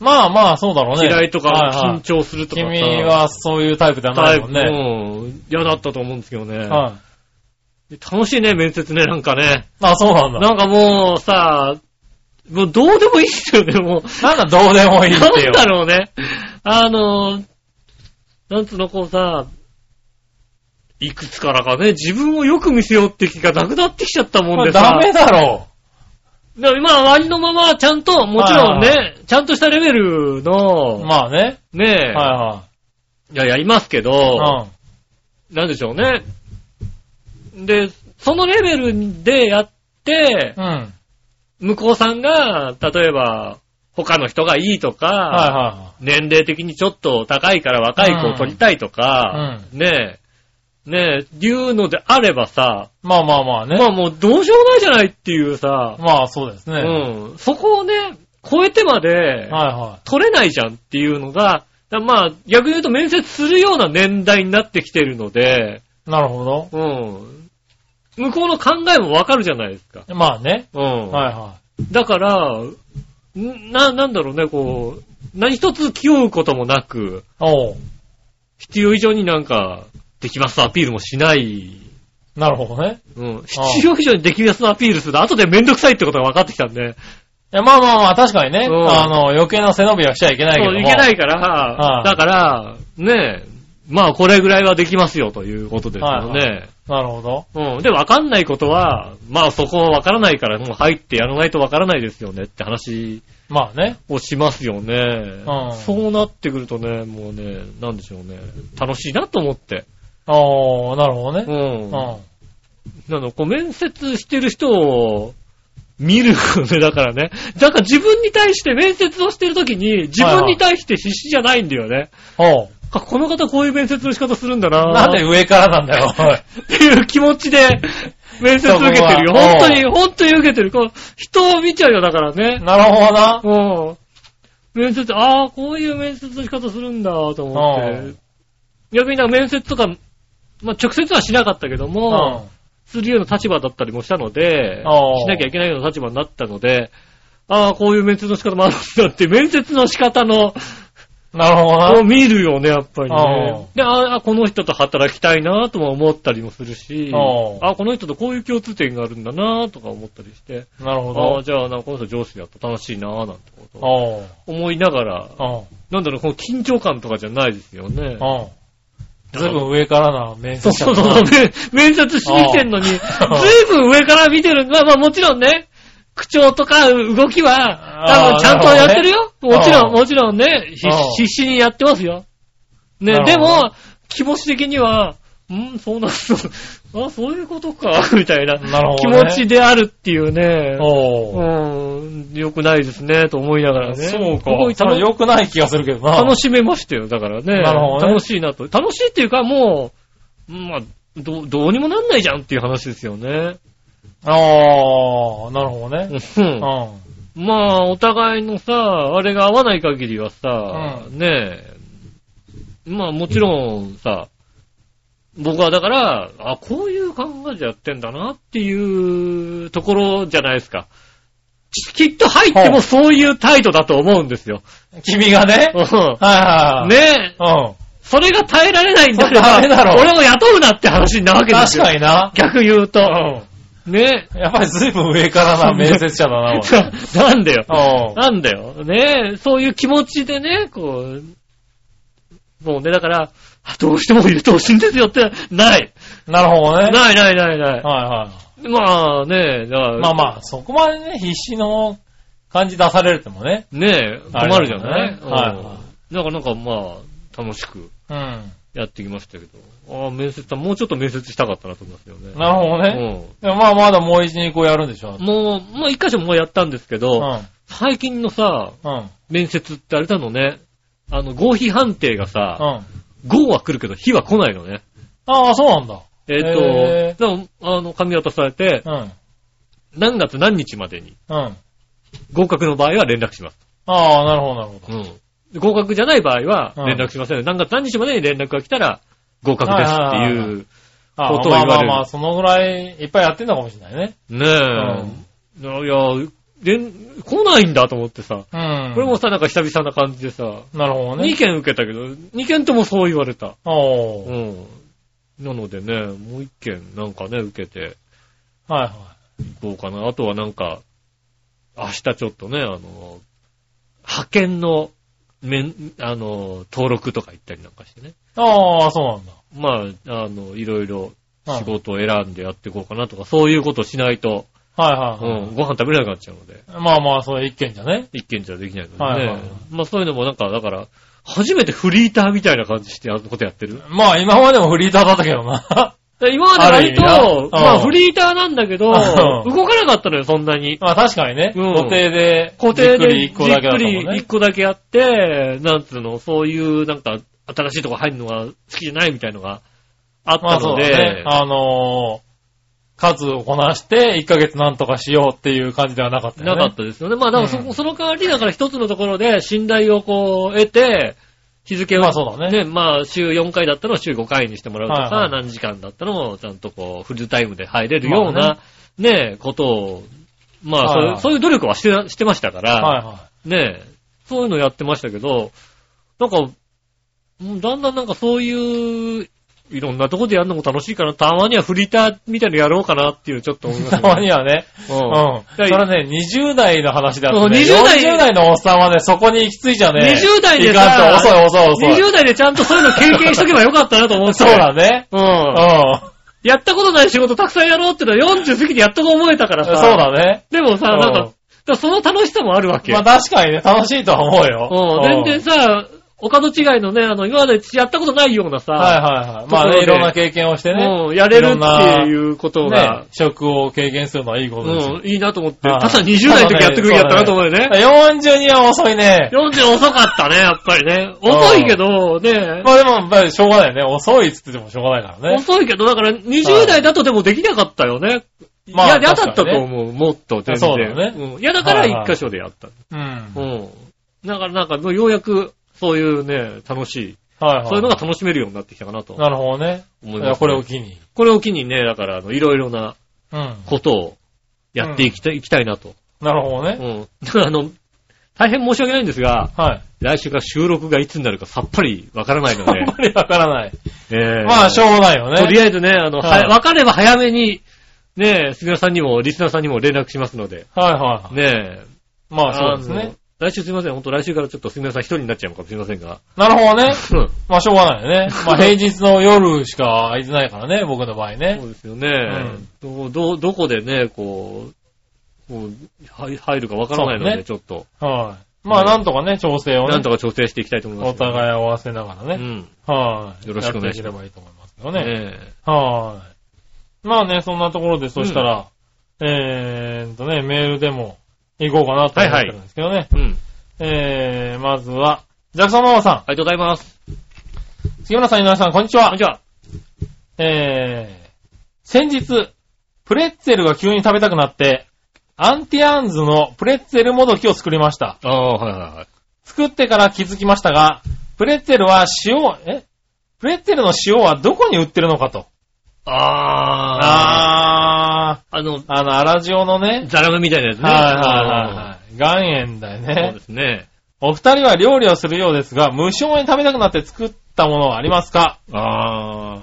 い。まあまあ、そうだろうね。嫌いとはか、い緊はい張するとかさ。君はそういうタイプじゃなタいイもプ、んね。うん、嫌だったと思うんですけどね。はい。楽しいね、面接ね、なんかね。あ、そうなんだ。なんかもうさ、もうどうでもいいですよね、もう。なんだ、どうでもいいっなんてよ。だろうね。あの、なんつうの、こうさ、いくつからかね、自分をよく見せようって気がなくなってきちゃったもんでさ。ダメだろだから今、ありのまま、ちゃんと、もちろんはね、ちゃんとしたレベルう。の、まあね。ねえ、はいや、やりますけいど、はい。なんでしょうね。で、そのレベルでやって、うん。うん。向こうさんが、例えば、他の人がいいとか、はいは年齢的にちょっと高いから若い子を取りたいとか、ねえ、ねえ、いうのであればさ、い。まあまあまあね。まあもうどうしようもないじゃないっていうさ、まあそうですね。はうん、そこをね、超えてまでい、は取れないじゃんっていうのが、だまあ逆に言うと面接するような年代になってきてるので、い。なるほど。うん、向こうの考えもわかるじゃないですか。まあね。うん、はいはだから、んな、なんだろうね、こう、何一つ気負うこともなく、い。おう。必要以上になんか、できますアピールもしない。なるほどね。うん。必要以上にできますアピールする。後でめんどくさいってことが分かってきたんで。いや、まあまあまあ、確かにね。うんあの、余計な背伸びはしちゃいけないけそども。。う、いけないいから、はいだから、ねえ、まあこれぐらいはできますよということですよはね。なるほど。うん。で、分かんないことは、まあそこは分からないから、もう入ってやらないと分からないですよねって話まあね。をしますよね。うんそうなってくるとね、もうね、なんでしょうね。楽しいなと思って。おー、なるほどうね。うんん。。はなの、こう、面接してる人を見るよね、だからね。だから自分に対して面接をしてるときに、自分に対して必死じゃないんだよね。おう。あ、この方こういう面接の仕方するんだななんで上からなんだよ、おい。 っていう気持ちで、面接受けてるよ。そこは本当に、本当に受けてる。こう、人を見ちゃうよ、だからね。なるほどな。うん。面接、ああ、こういう面接の仕方するんだ、と思うってん。逆になんか面接とか、まあ、直接はしなかったけどうも、するような立場だったりもしたので、あーしなきゃいけないような立場になったので、ああ、こういう面接の仕方もあるんだって、面接の仕方の、ん。なるほどな。を見るよね、やっぱりあね。で、ああ、この人と働きたいなとも思ったりもするし、あああ、この人とこういう共通点があるんだなとか思ったりして、なるほああ、ど。じゃあ、なんかこの人上司だと楽しいななんてことをおう。思いながら、うん。なんだろう、この緊張感とかじゃないですよね。うん。ずいぶん上からな、面そう接者そうだなそう、め 面接しに来てんのに、ずいああぶん上から見てる。まあまあもちろんね、口調とか動きは、多あ分あちゃんとやってるよ。なるほどねもちあろあん、もちろんね、ひああ必死にやってますよ。ねな、るでほども、気持ち的には、うん、そうなんの あ、そういうことか、 みたいななるほ気どね持ちであるっていうね。おう。うん、良くないですね、と思いながらね。そうすごか。いそ楽れ良くない気がするけどな。楽しめましたよ、だからね。なるほどね楽しいなと。楽しいっていうか、もう、まあ、どう、どうにもなんないじゃんっていう話ですよね。ああ、なるほどね。うんうまあ、お互いのさ、あれが合わない限りはさ、うねえ、まあもちろんさ、僕はだから、あ、こういう考えでやってんだなっていうところじゃないですか。きっと入ってもそういう態度だと思うんですよ。ん。君がね。うはいはいんはい。。ねえ、うん。それが耐えられないんだそ れダメだろ俺も雇うなって話なわけです確よ。かにな。逆言うと。ねやっぱりずいぶん上から な、面接者だ な、おいなんだよ。 おうなんだよ。ねそういう気持ちでね、こう、もうね、だから、あどうしても入れてほしいんですよって、ない。なるほどね。ないないないなはいはい。い。まあね、だからまあまあ、そこまでね、必死の感じ出されるってもね。ねえ、困るじゃない、あれだうんもんねはいはだからなんかまあ、楽しくうん。やってきましたけど。ああ、面接だ、もうちょっと面接したかったなと思いますよね。なるほどね。でもまあまだもう一二個やるんでしょうん。。もう、まあ一箇所もうやったんですけうど、ん。最近のさ、うん。面接ってあれなのね、あの、合否判定がうさ、ん。合は来るけど、非は来ないのね。ああ、そうなんだ。えっ、へと、でもあの、紙渡されて、うん。何月何日までにうん。合格の場合は連絡します。ああ、なるほど、なるほど。うん。合格じゃない場合は連絡しません。何月何日までに連絡が来たら合格ですってはいはいい。はいうあこあ、とをまあ言わまれあるまあ、そのぐらいいっぱいやってんのかもしれないね。ねえ。いや、でん来ないんだと思ってさ。うん。これも、さ、なんか久々な感じでさ、なる2ほどね。件受けたけど、2件ともそう言われた。おうー。ん。なのでね、もう1件なんかね、受けてはいはい。いこうかな。あとはなんか、明日ちょっとね、あの、派遣の、面、あの、登録とか行ったりなんかしてね。ああ、そうなんだ。まあ、あの、いろいろはい仕事を選んでやっていこうかなとか、そういうことしないと、はいはいはうん、ご飯食べれなくなっちゃうので、い。まあまあ、それ一件じゃね。一軒じゃできないのでね。はいはいはいまあそういうのもなんか、だから、初めてフリーターみたいな感じしてやることやってる。まあ、今までもフリーターだったけどな。 で今まで割とある意味、なまあうんフリーターなんだけど、うん動かなかったのよ、そんなに。まあ、確かにね。うん固定で、固定じでっじくり一個だっけくだったもんりね一。個だけやって、なんつうの、そういうなんか、新しいとこ入るのが好きじゃないみたいのがあっまたあそのうだねで。、あのー、数をこなして、1ヶ月なんとかしようっていう感じではなかったよなね。かったですよね。まあ、だからそ,、うんその代わり、だから一つのところで信頼をこう得て、日付を、まあそうだねまあ週4回だったのを週5回にしてもらうとか、はいはい何時間だったのをちゃんとこうフルタイムで入れるようまな、ねことを、まあそう,、はいいはういそういう努力はしてしてましたから、はいはねそういうのやってましたけど、なんか、もうだんだんなんかそういう、いろんなとこでやるのも楽しいかな。たまにはフリーターみたいなのやろうかなっていうちょっと思いまい。す、たまにはね。うんうん。それはね、20代の話だったね。そう20代40代のおっさんはね、そこに行き着いちゃね。 20代でいかんとさ遅い遅い遅い。 20代でちゃんとそういうの経験しとけばよかったなと思って。そうだね。ううん。ん。やったことない仕事たくさんやろうってのは40過ぎてやっと思えたからそうさ。だね。でもさ、うんなんか、だからその楽しさもあるわけ。まあ確かにね、楽しいとは思うよ。うん。全然さ、他の違いのね、あの、今までやったことないようなさ、はいはいはい。まあところでね、いろんな経験をしてね。うん、やれるっていうことがね、、職を経験するのはいいことですよ。うん、いいなと思って、たはだい20代の時やってくるんやったなと思うよね。 42は遅いね。 40遅かったね、やっぱりね。遅いけど、ね、まあでも、まあしょうがないよね。遅いっつっててもしょうがないからね。遅いけど、だから20代だとでもできなかったよね。いまあや、嫌だったと確かにね思う、もっと、全然。そうだよねうん。嫌だからはいはい一箇所でやった。うん。うん。だからなんか、ようやく、そういうね、楽しい。はいはい。そういうのが楽しめるようになってきたかなと思いなるほどね。ます、いやこれを機に。これを機にね、だから、あの、いろいろなうん。ことをやっていきたい、いきたいなと。なるほどうね。ん。だからあの、大変申し訳ないんですが、はい。来週から収録がいつになるかさっぱりわからないのあ でんま。りわからない。えーまあ、しょうがないよね。とりあえずね、あの、はいはわかれば早めに、ねえ、杉浦さんにも、リスナーさんにも連絡しますので、はいはい。ねえ。まあ、そうですね。あの。来週すいません、ほんと来週からちょっと杉村さん一人になっちゃうかもしれません が。なるほどね。うんまあ、しょうがないよ ね。まあ、平日の夜しか空いてないからね、僕の場合そね。うですよね。どうどう、どこでね、こう、こうはい入るかわからないのそうで、ねちょっと、はい。まあ、なんとかね、調整をなんねと、か調整していきたいと思いまおすけど。互い合わせながらうね。ん。はい。よろしくお願いしますやってければいいと思いますけどね。ねえ。はい。まあね、そんなところで、そしたら、えーっとね、メールでも行こうかなと思ってるんですけどね。うん。えー、まずは、ジャクソンママさありがとうございます。ん、杉村さん、井上さん、こんにちは。こんにちは。えー、先日、プレッツェルが急に食べたくなって、アンティアンズのプレッツェルもどきを作りました。ああ、はいはいはい。作ってから気づきましたが、プレッツェルは塩、えプレッツェルの塩はどこに売ってるのかと。ああ。ああのー、、あの、荒塩のね、ザラメみたいなやつね。はいはいはい。岩塩だよいそうねで。すね。お二人は料理をするようですが、無償に食べたくなって作ったものはありますかああ。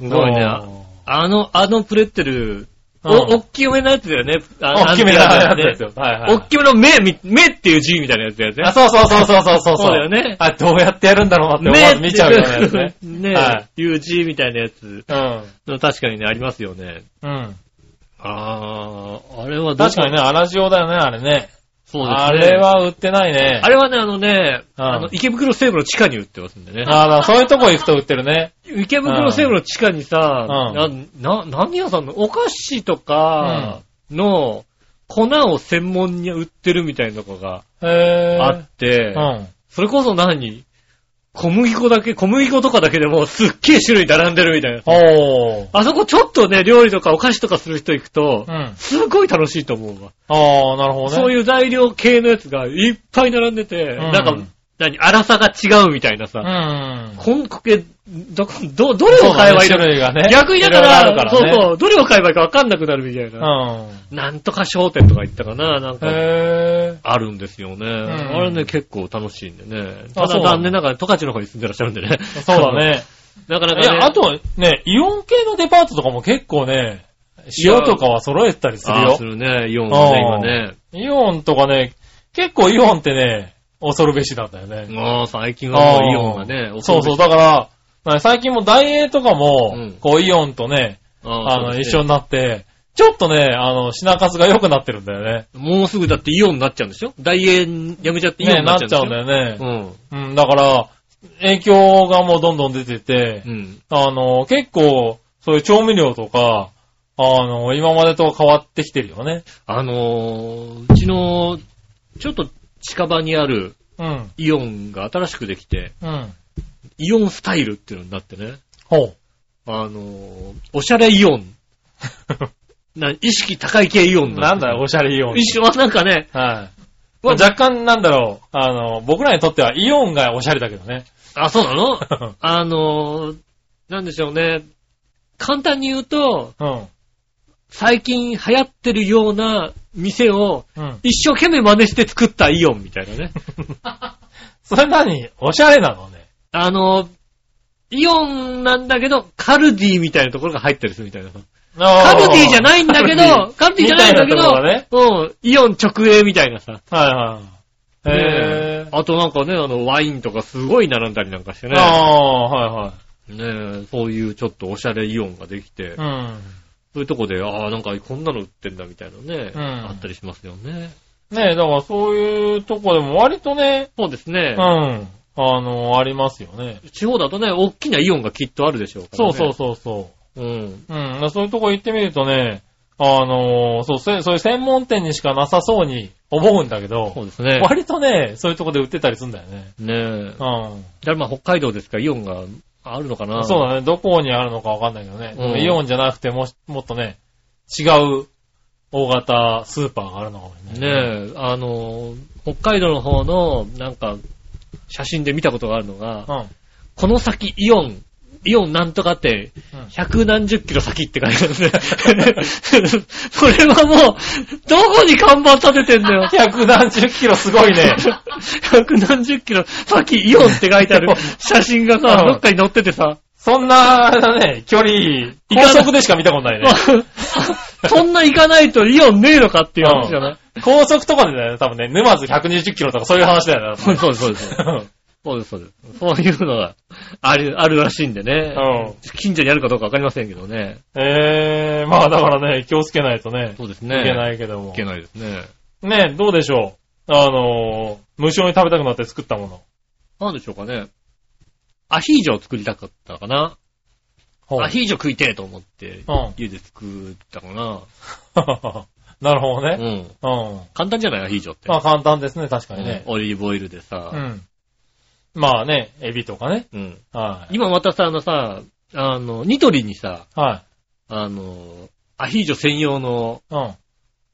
すごいね。あーあの、あのプレッテル、お、うんおっきめなやつだよね。あ大きめななやんつていうのですよ。はいはおっい。きめの目み、目っていう字みたいなやつだよね。あ、そうそうそうそうそうそう。そうだよねあ、どうやってやるんだろうなって思わず見ちゃうようなやつね。目って ねはいう字みたいなやつ。確かにね、ありますよね。うん。うん。あー、あれはどこ確かにね、。粗塩だよね、あれね。そうですね。あれ。は売ってないね。あれはね、あのね、うんあの、池袋西部の地下に売ってますんでね。ああ、だからそういうとこ行くと売ってるね。池袋西部の地下にさ、うんな、な、何屋さんのお菓子とかの粉を専門に売ってるみたいなとこがへえ。あって、うん。それこそ何小麦粉だけ、小麦粉とかだけでもうすっげえ種類並んでるみたいな。おー。あそこちょっとね、料理とかお菓子とかする人行くと、うん。すごい楽しいと思うわ。ああ、なるほどね。そういう材料系のやつがいっぱい並んでて、んなんか、何、粗さが違うみたいなさ。うん。こんこけ、ど、ど、どれを買えばいいそうのだね種類がね。逆にだかいろいろあら、るそうねそう、どれを買えばいいかわかんなくなるみたいな。うなんとか商店とか行ったかな、なんん。か。へあるんですよね。あれね、結構楽しいんでね。たあだそうなんだ残念ながら、十勝の方に住んでらっしゃるんでね。え。 そうだ。ね。なかないかね。や、あとね、イオン系のデパートとかも結構ね、塩とかは揃えてたりするあーよす。るね、イオンはね、今ね。イオンとかね、結構イオンってね、恐るべしなんだよね。ああ、最近はもうイオンがあねー、そうそう、だから、ね最近もダイエーとかも、うんこうイオンとね、あの、一緒に。になって、ちょっとね、あの、品数が良くなってるんだよね。もうすぐだってイオンになっちゃうんでしょ大英やめちゃってイオンね、にななっっちゃうんちでゃしょうんだよね。よね。うん、だから、影響がもうどんどん出てて、うん。うん。あの、結構、そういう調味料とか、あの、今までと変わってきてるよね。あのー、うちの、ちょっと近場にあるうん、イオンが新しくできて、うん。イオンスタイルっていうのになってね。ほう。あのー、おしゃれイオ ン。な意識高い系イオンなんだよ、おしゃれイオン。一緒はなんかね、はい。うわ若干なんだろう、あの、僕らにとってはイオンがおしゃれだけどね。 あ、そうなの あのー、なんでしょうね。簡単に言うと、うん。最近流行ってるような店をうん。一生懸命真似して作ったイオンみたいな ね。それ何おしゃれなのね。あの、イオンなんだけど、カルディみたいなところが入ったりするみたいなさ。カカルディじゃないんだけ ど、カルディじゃないんだけみたいなところがねど、うん、イオン直営みたいなさ。はいはい。ねへえあとなんかね、あの、ワインとかすごい並んだりなんかしてぇねー。。ああねえそういうちょっとおしゃれイオンができて、ー、はいはい。そういうとこで、ああ、なんかこんなの売ってんだみたいなね、うんあったりしますよね。うん。ねえ、だからそういうとこでも割とね、そうですうねん。。あの、ありますよね。地方だとね、大きなイオンがきっとあるでしょうからそね。うそうそうそう。う。うん。うん、そういうとこ行ってみるとね、あのーそう、せそういう専門店にしかなさそうに思うんだけそうど、ですね。割とね、そういうとこで売ってたりするんだよね。ねえ。うだからまあ北海道ですからイオンがあるのかな。ん。そうだね、どこにあるのかわかんないけどね。うんイオンじゃなくてもし、もっとね、違う大型スーパーがあるのかもしれない。ねえ、あの、北海道の方の、なんか、写真で見たことがあるのが、この先イオン、イオンなんとかってうん。うん。百何十キロ先って書いてある ね。それはもう、どこに看板立ててんだよ。百何 十キロすごいね。 百何十キロ先イオンって書いてある写真がさ、うんどっかに載っててさ、そんな、ね、距離、かない高速でしか見たことないね。 そんな行かないとイオンねえのかっていう話じゃない、高速とかでね、多分ね、沼津120キロとかそういう話だよね。そうです、そうです。そうです、そうです。そういうのがある、あるらしいんでね。う近所にあるかどうかわかりませんけどね。ええまあだからね、気をつけないとね、そうですいね。けい。ないけども。けないですね。ねどうでしょう。あのー無性に食べたくなって作ったもの。なんでしょうかね。アヒージョを作りたかったかな。アヒージョ食いてえと思ってうん、家で作ったかな。 なるほどうね。ん。うん。簡単じゃないアヒージョって。まあ簡単ですね、確かにねうん。オリーブオイルでうさ。ん。まあね、エビとかね。うん。はい。今またさ、あのさ、あの、ニトリにさ、はあの、アヒージョ専用のい。うん。あ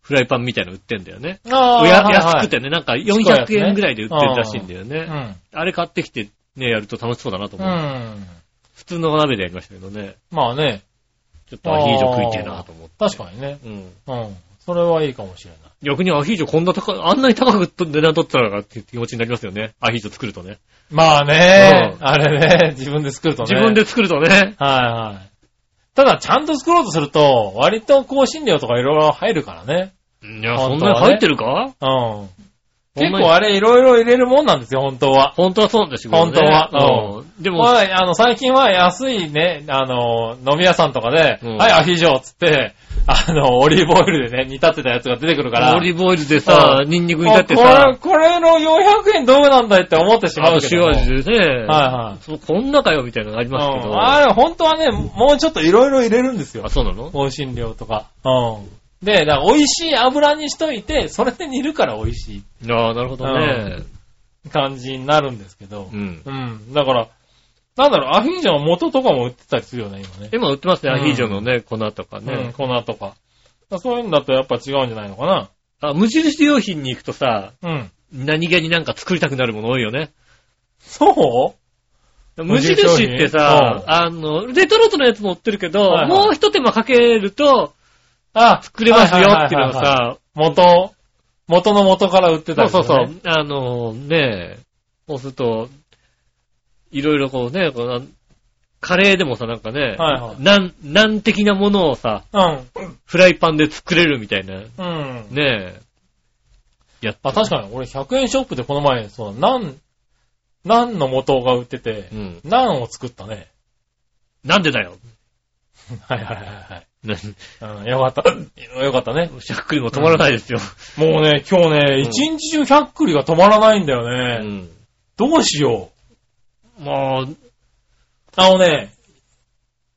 フライパンみたいなの売ってんだよね。あおやはいはい安くてね、なんか400円ぐらいで売ってるらしいんだようね。ん。あれ買ってきてね、やると楽しそうだなとう思う。ん。普通のお鍋でやりましたけどね。まあね、ちょっとアヒージョ食いてえなと思って。確かにね。うん。うん。それはいいかもしれない。逆にアヒージョこんな高い、あんなに高く値段取ってたのかっていう気持ちになりますよね。アヒージョ作るとね。まあね、うんあれね、自分で作ると自ね。分で作るとね。はいはい。ただ、ちゃんと作ろうとすると、割と香辛料とかいろいろ入るからね。いや、そん本当なにはね入ってるかうん。ほん結まに構あれいろいろ入れるもんなんですよ、本当は。本当はそうなんですよ、本当はうん。でも、まあ、あの、最近は安いね、あの、飲み屋さんとかで、うんはい、アヒージョっつって、あの、オリーブオイルでね、煮立てたやつが出てくるから。オリーブオイルでさ、うニンニクブにだってさ、これ、これの400円どうなんだいって思ってしあまうのけど塩も。味でね、はいそうこんなかよみたいなのがありますけうど、んあれ、本当はね、もうちょっといろいろ入れるんですよあ、。そうなの香辛料とか。うん。で、だから美味しい油にしといて、それで煮るから美味しああ、なるほどね。い感じになるんですけどう。ん。うん。だから、なんだろう、アヒージョの元とかも売ってたりするよね、今ね。今売ってますね、うアんヒージョのね、粉とかねね。粉とか。そういうんだとやっぱ違うんじゃないのかな。あ、無印良品に行くとさ、うん。何気になんか作りたくなるもの多いよね。そう無印ってさう、んあの、レトルトのやつも売ってるけど、はいはいもう一手間かけるとあ、作れますよっていうのがはいはいはいはい。さ、元、元の元から売ってたそうりすそるうねそう、あのね、そうすると、いろいろこうね、こうなんカレーでもさ、なんかね、はいはいなん、なん的なものをさ、フライパンで作れるみたいな、ねうん。うん。え。やっあ、確かに俺100円ショップでこの前、そう、なん、なんの元が売っててう、ん。なんを作ったね。 なんでだよ。はいはいはいねはい。うん、よかった。よ かったね。 しゃっくりも止まらないですよ。もうね、今日ね、ん一日中100りが止まらないんだようね。ん。どうしよう。まあ、あのね、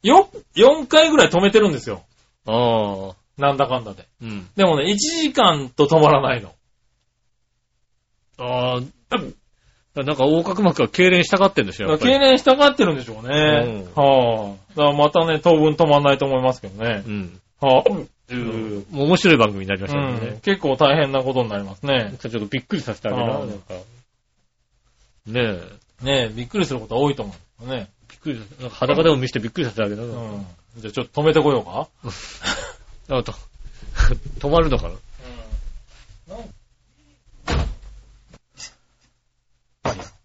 よ、4回ぐらい止めてるんですよ。ああ、なんだかんだで。うん。でもね、1時間と止まらないの。ああ、なんか横隔膜が痙攣したがってんでしょ、やっぱり経年したがってるんでしょうね。うはあ。だからまたね、当分止まんないと思いますけどねう。ん。はあ。うんもう面白い番組になりましたうね。ん結構大変なことになりますなんね。かちょっとびっくりさせてあげるな、あーなんか。ねえ。ねえ、びっくりすることは多いと思うんだよね。びっくりさせ、なんか裸でも見せてびっくりさせてあげたな。うん。じゃあちょっと止めてこようか。 あと、 止まるのかなはい。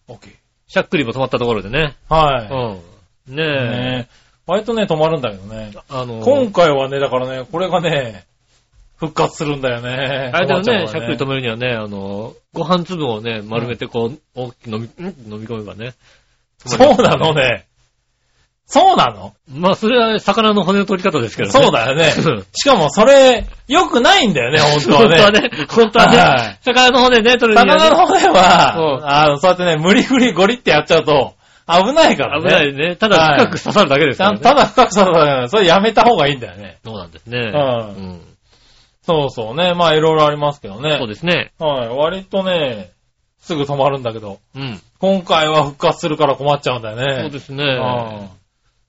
オッケしゃっくりも止まったところでね。ー。はうん。ねえ。い。ねえ割とね、止まるんだけどね。あの、今回はね、だからね、これがね、復活するんだよね。あれだよね、し止ゃまっちゃうからくり止めるにはね、あの、ご飯粒をね、丸めてこう、大きく飲み、ん飲み込めばね。そうなのね。そうなのまあ、それは魚の骨の取り方ですけどね。そうだよねうん。しかもそれ、良くないんだよね、本当 本当ははね。ね、本当ははねい、魚の骨ね、取るにはね魚の骨うんは、あの、そうやってね、無理くりゴリってやっちゃうと、危ないから危ね。ないね。ただ深く刺さるだけですたからね。ただ深く刺さないからそれやめた方がいいんだよね。そうなんですね。うんうんそうそうね。まあ、いろいろありますけどねそう。ですね。はい。割とね、すぐ止まるんだけど、うん。今回は復活するから困っちゃうんだよね。そうですね。うん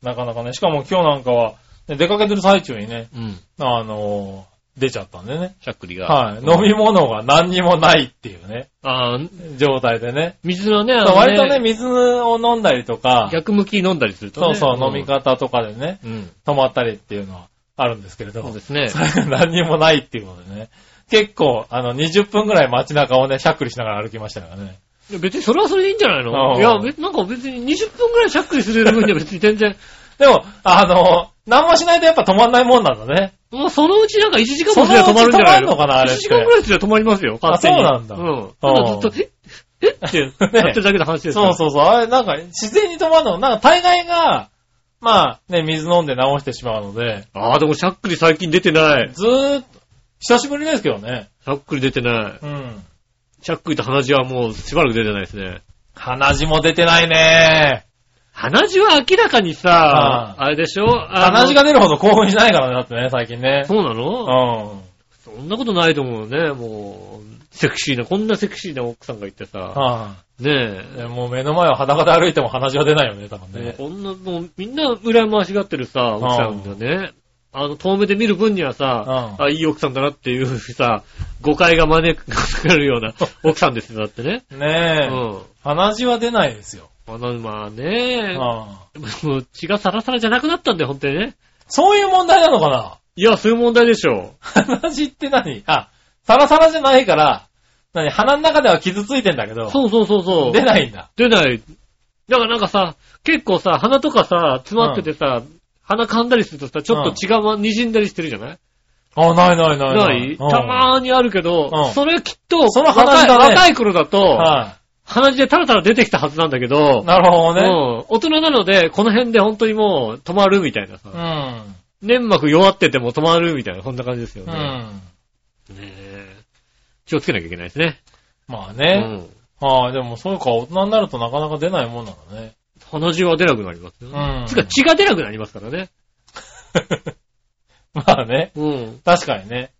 なかなかね、しかも今日なんかは、ね出かけてる最中にね、うん。あのー出ちゃったんでね。しゃっくりが。はい。飲み物が何にもないっていうね、あー状態でね。水のね、あの割とね、、水を飲んだりとか、逆向き飲んだりするとそね。うそう、飲み方とかでね、うん。うん。止まったりっていうのはあるんですけれどそうもで、すね。それが 何にもないっていうことでね。結構、あの、20分ぐらい街中をね、しゃっくりしながら歩きましたからね。いや別にそれはそれでいいんじゃないのうんいや、別なんか別に20分くらいしゃっくりする分には別に全然、でも、あの、何もしないとやっぱ止まんないもんなんだね。もうそのうちなんか1時間もすれば止まるんじゃないのそのうち止まんのかなあれっ ?1 て時間くらいすれば止まりますよ、勝手に。あそうなんだうん。ただずっと、ええってやってるだけの話ですかそらうそうそう。あれ、なんか、自然に止まるの、なんか大概が、まあ、ね、水飲んで直してしまうので、ああ、でもしゃっくり最近出てない。ずーっと、久しぶりですけどね。しゃっくり出てない。うん。しゃっくりと鼻血はもうしばらく出てないですね。鼻血も出てないね。鼻血は明らかにさ、ああれでしょ鼻血が出出るほど興奮しないからね、だってね、最近ね。そうなうのん。そんなことないと思うね、もう。セクシーな、こんなセクシーな奥さんがいてさ、はねい。でもう目の前を裸で歩いても鼻血は出ないよね、多分え。もうね。こんな、もうみんな羨ましがってるさ、奥さんがね。あの、遠目で見る分にはさ、うんあ、いい奥さんだなっていうさ、誤解が 招かれるよう な奥さんですよ、だってね。うねえ。ん。鼻血は出ないですよ。あの、まあうね、ん。もう血がサラサラじゃなくなったんだよ、本当にね。そういう問題なのかない や、そういう問題でしょ鼻血って何あ、サラサラじゃないから、何鼻の中では傷ついてんだけう。ど、そうそうそうそう。出ないんだ。出ない。だからなんかさ、結構さ、鼻とかさ、詰まっててさ、鼻噛んだりするとさ、ちょっと血がま、滲んだりしてるじゃないあ、ないないないないうんたまーにあるけど、うんそれきっと、その鼻血だね若い若い頃だと、は鼻血でタラタラ出てきたはずなんだけい。ど、なるほどうね。ん、大人なので、この辺で本当にもう止まるみたいなさ、うん。粘膜弱ってても止まるみたいな、こんな感じですようね。ん。ねえ気をつけなきゃいけないですね。まあうね。ん、ああ、でもそうか、大人になるとなかなか出ないもんなのね。 鼻血は出なくなりますよね。うんつうか血が出なくなりますからね。まあね。うん。確かにね。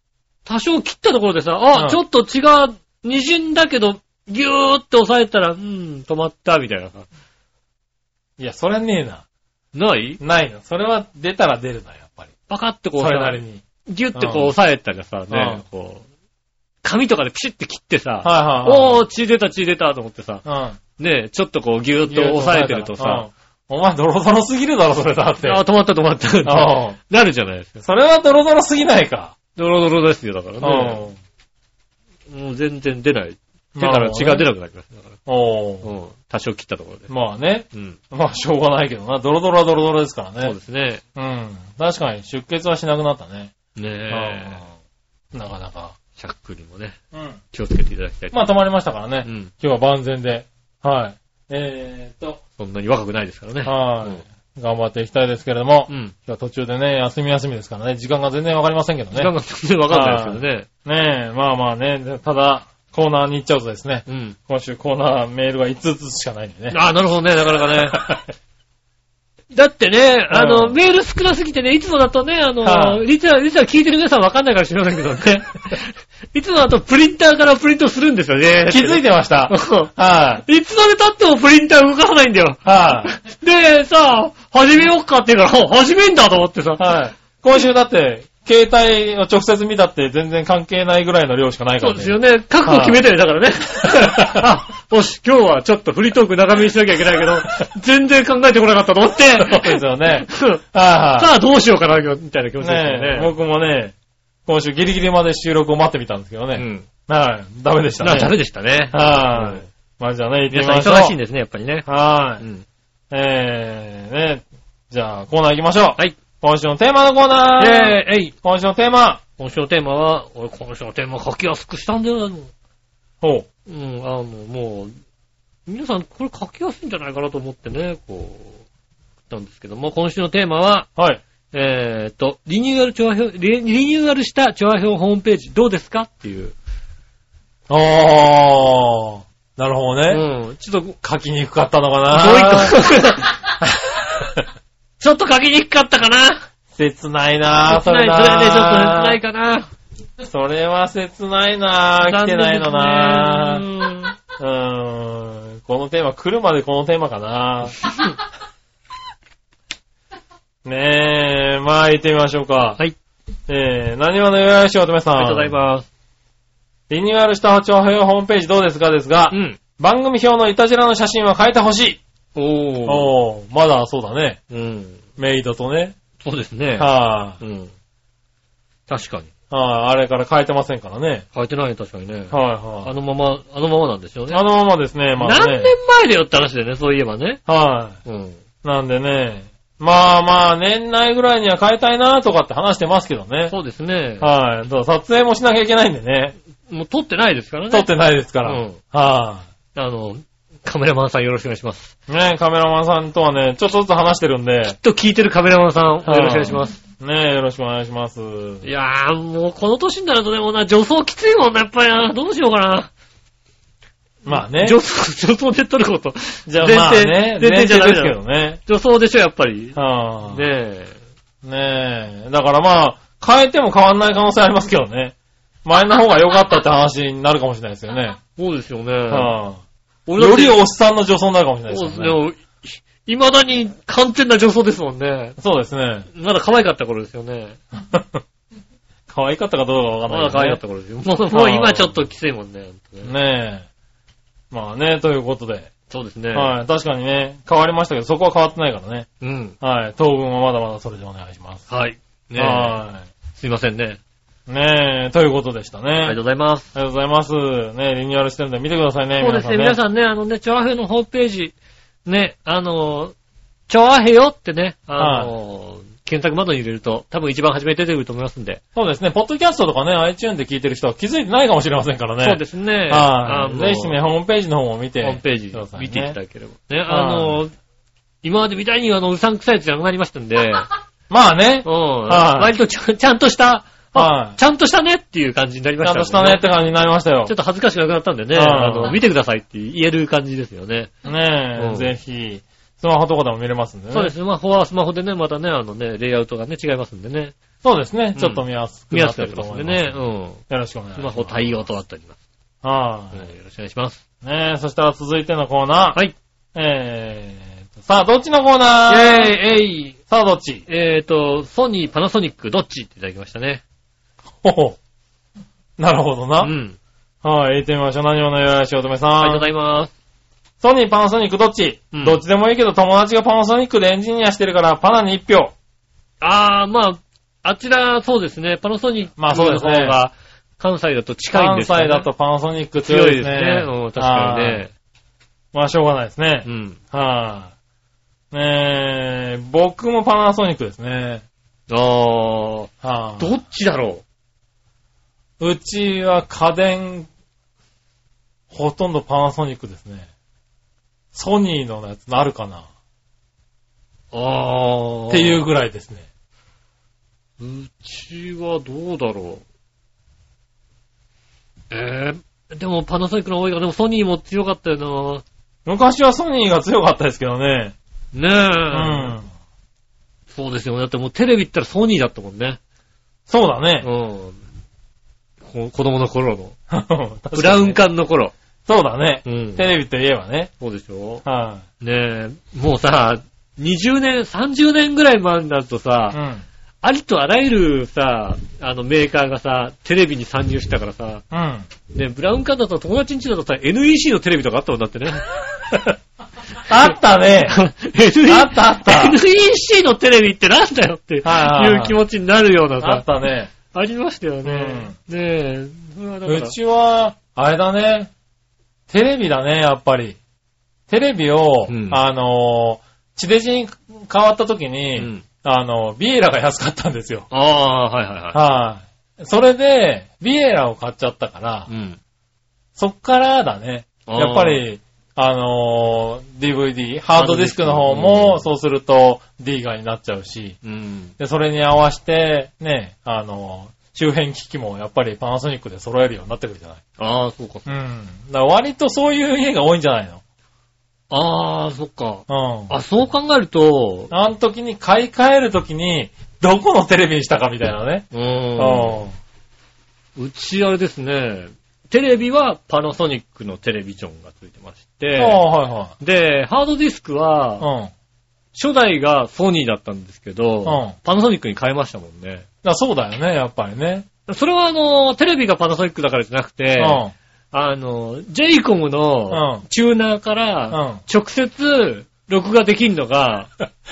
多少切ったところでさ、あ、うんちょっと血が滲んだけど、ぎゅーって押さえたら、うん、止まった、みたいなさ。いや、それはねえな。ないないの。それは出たら出るな、やっぱり。パカってこうそされ、なりに。ぎゅってこう押さえたらさ、うねん、こう、紙とかでピシって切ってさ、はいはいはい。おー、血出た血出たと思ってさ、うん。ね、ちょっとこうぎゅーっと押さえてるとさ、うん、お前ドロドロすぎるだろ、それだって。あー、止まった止まったってうんなるじゃないですか。それはドロドロすぎないか。ドロドロですよ、だからうね。ん。もう全然出ない。手から血が出なくなります。だからおーうん。多少切ったところで。まあね。うん。まあ、しょうがないけどな。ドロドロはドロドロですからね。そうですね。うん。確かに出血はしなくなったね。ねえ。うんなかなか。シャックにもね、うん。気をつけていただきたい。まあ、止まりましたからね。うん。今日は万全で。はい。えーっと、そんなに若くないですからね。はい。頑張っていきたいですけれども、うん。うん今日は途中でね、休み休みですからね、時間が全然わかりませんけど時間ね。が全然わかんないですけどね。ねえ、まあまあね、ただ、コーナーに行っちゃうとですね、うん。今週コーナーメールが5つずつしかないんでね。 ああ、なるほどね、なかなか ね。だってね、あの、うんメール少なすぎてね、いつもだとね、あの、はいリツは、リツは聞いてる皆さんわかんないかもしれませんけど ね。いつもだとプリンターからプリントするんですよね。気づいてました。はい、うん いつまで経ってもプリンター動かさないんだよ。はい、で、さ、始めようかって言うから、お始めんだと思ってさ。はい。今週だって、携帯を直接見たって全然関係ないぐらいの量しかないかそうらね。ですよね。覚悟決めたよね、だからね。 あ、よし、今日はちょっとフリートーク長めにしなきゃいけないけ ど、全然考えてこなかったと思って、そうです よね。さはあどうしようかな、みたいな気い持はちでい。すよねね。え、僕もね、今週ギリギリまで収録を待ってみたんですけどうね。ん。はい。ダメでしたなね。ダメでしたね。はうい。まあじゃあね、行って皆みさんまし忙ょう。しいんですね、やっぱりね。はうい。ん。えー、ね。じゃあ、コーナー行きましょう。はい。今週のテーマのコーナえーー、えい。今週のテーマ今週のテーマは、俺今週のテーマ書きやすくしたんだよ。ほうん、あの、もう、皆さんこれ書きやすいんじゃないかなと思ってね、こう、送ったんですけども、今週のテーマは、う。はい。えーっと、リニューアル調和表、リリニューアルした調和表ホームページどうですかっていう。おー。なるほどね。うん。ちょっと、書きにくかったのかなどういった、 ちょっと書きにくかったかな 切ないなぁ、切ない、それね、ちょっと切ないかなそれは切ないなぁ、来てないのなぁ。ぁ。うーん。このテーマ、来るまでこのテーマかなぁ。ねえ、まあ行ってみましょうか。はい。えー、何話のよやしおとめさん。ありがとうございます。リニューアルした長編ホームページどうですかですがう、ん。番組表のいたじらの写真は変えてほしい。おー。おー、まだそうだね。うん。メイドとね。そうですね。はぁ、うん。確かに。あ。はぁ、あれから変えてませんからね。書いてないね、確かにね。はいはい、あのまま、あのままなんですよね。あのままですね、まあね。何年前だよって話だよね、そういえばね。はうん。い。なんでね。まあまあ、年内ぐらいには変えたいなとかって話してますけどね。そうですね。はい。ただ撮影もしなきゃいけないんでね。もう撮ってないですからね。撮ってないですから。うんはあの、カメラマンさんよろしくお願いします。い。ねカメラマンさんとはね、ちょっとずつ話してるんで。きっと聞いてるカメラマンさん、よろしくお願いします。ねよろしくお願いします。いやー、もうこの年になるとでもな、女装きついもんな、やっぱりな。どうしようかな。まあね。女 装、女装で撮ること。じゃあ前まあ提ね、前提じゃないですけどね。女装でしょ、やっぱり。はねい。え。ねえ。だからまあ、変えても変わんない可能性ありますけどね。前の方が良かったって話になるかもしれないですよね。そうですよね。はあ、俺だよってりおっさんの女装になるかもしれないそうでですすよね。ね。いまだに完全な女装ですもんね。そうですね。 まだ可愛かった頃ですよね。可愛かったかどうかわかんまなだいけ可ど愛ねかった頃ですよ。もう、もう今ちょっときついもんね。ねえ。まあね、ということで。そうですね。はい。確かにね、変わりましたけど、そこは変わってないからね。うん。はい。当分はまだまだそれでお願いします。はい。ねえはすいませんね。い。ねえ、ということでしたね。ありがとうございます。ありがとうございます。ね、リニューアルしてるんで見てくださいね、そうですね、皆ん。さんね、あのね、チョアヘヨのホームページ、ね、あの、チョアヘヨってね、あの、検索窓に入れると、多分一番初めに出てくると思いますんで。そうですね。ポッドキャストとかね、iTune で聞いてる人は気づいてないかもしれませんからね。そうですね。あはい。のぜひね、ホームページの方も見て。ホームペーくださジいね見ていただければ。ね、あの、今までみたいにあの、うさんくさいやつじゃなくなりましたん で、まあねう。ん。い割とちゃんちゃんとした、はあいちゃんとしたねっていう感じになりちまゃしんたとねしたねって感じになりましたよちょっ。と恥ずかしくなくなったんでね、うんあの、見てくださいって言える感じですよね。うねえ、んぜひ、スマホとかでも見れますんでね。そうです。スマホはスマホでね、またね、あのね、レイアウトがね、違いますんでね。そうですねん。ちょっと見やすく見なやっすくてなってるまとすん思でいます。ね。ようろしくお願いん。しスます。マホ対応となっております。ははいよろしくお願いします。い。ねえ、そしたら続いてのコーナー。はい。えーとさあ、どっちのコーイナーェーイえいさあ、どっち えーと、ソニー、パナソニック、どっちっていただきましたね。ほほ。なるほどうな。ん。はい、行ってみましょう。何をのよやしおとめさん。ありがとうございます。ソニー、パナソニックどっち、うんどっちでもいいけど友達がパナソニックでエンジニアしてるからパナに一票。あー、まあ、あちら、そうですね、パナソニックまあのそう方ですねが、関西だと近いん関ですかね西だとパナソニック強強いいでですすね。ね。うん、確かにね。あー。まあしょうがないですねう。ん。はい、ねえ、僕もパナソニックですね。あー、はい、どっちだろうちは家電、ほとんどパナソニックですね。ソニーのやつあるかなうあー。っていうぐらいですね。うちはどうだろう。えー、でもパナソニックの方が多いから、でもソニーも強かったよ昔はソニーが強かったですけどね。なうねえ、ん。そうですよね。だってもうテレビって言ったらソニーだったもんね。そうだうんね。。こ子供の頃の。確かにねブラウン管の頃。 そうだねう。ん。テレビといえばね。そうでしょはねえ、もうさ、20年、30年ぐらい前になるとさ、い。うん。ありとあらゆるさ、あのメーカーがさ、テレビに参入したからさ、うん。ね、ブラウン管だと友達んちだとさ、NEC のテレビとかあったもんだって ね。あったね。 NEC あったあった。 NEC のテレビってなんだよっていうはいはいはい気持ちになるような あっさ、たね。ありましたよね。ねえ、それはだからうちは、あれだね。テレビだね、やっぱり。テレビを、うんあのー、地デジに変わった時に、うんあの、ビエラが安かったんですよ。ああ、はいはいははい。それで、ビエラを買っちゃったからい。、うん。そっからだね。あーやっぱり、あのー DVD、ハードディスクの方うんも、そうすると D がになっちゃうし、うん。で、それに合わせて、ね、あのー周辺機器もやっぱりパナソニックで揃えるようになってくるじゃない。ああ、そうか。うん。だから割とそういう家が多いんじゃないのああ、そっか。うん。あ、そう考えると、あの時に買い替える時に、どこのテレビにしたかみたいなね。う。うんうちあれですね、テレビはパナソニックのテレビジョンがついてましああ、て、はで、ハードディスクいは、はい。うん。初代がソニーだったんですけど、んパナソニックに変えましたもんね。だからそうだよね、やっぱりね。それはあの、テレビがパナソニックだからじゃなくて、うん。あの、ジェイコムのうんチューナーかうんら、直接録画できるのが、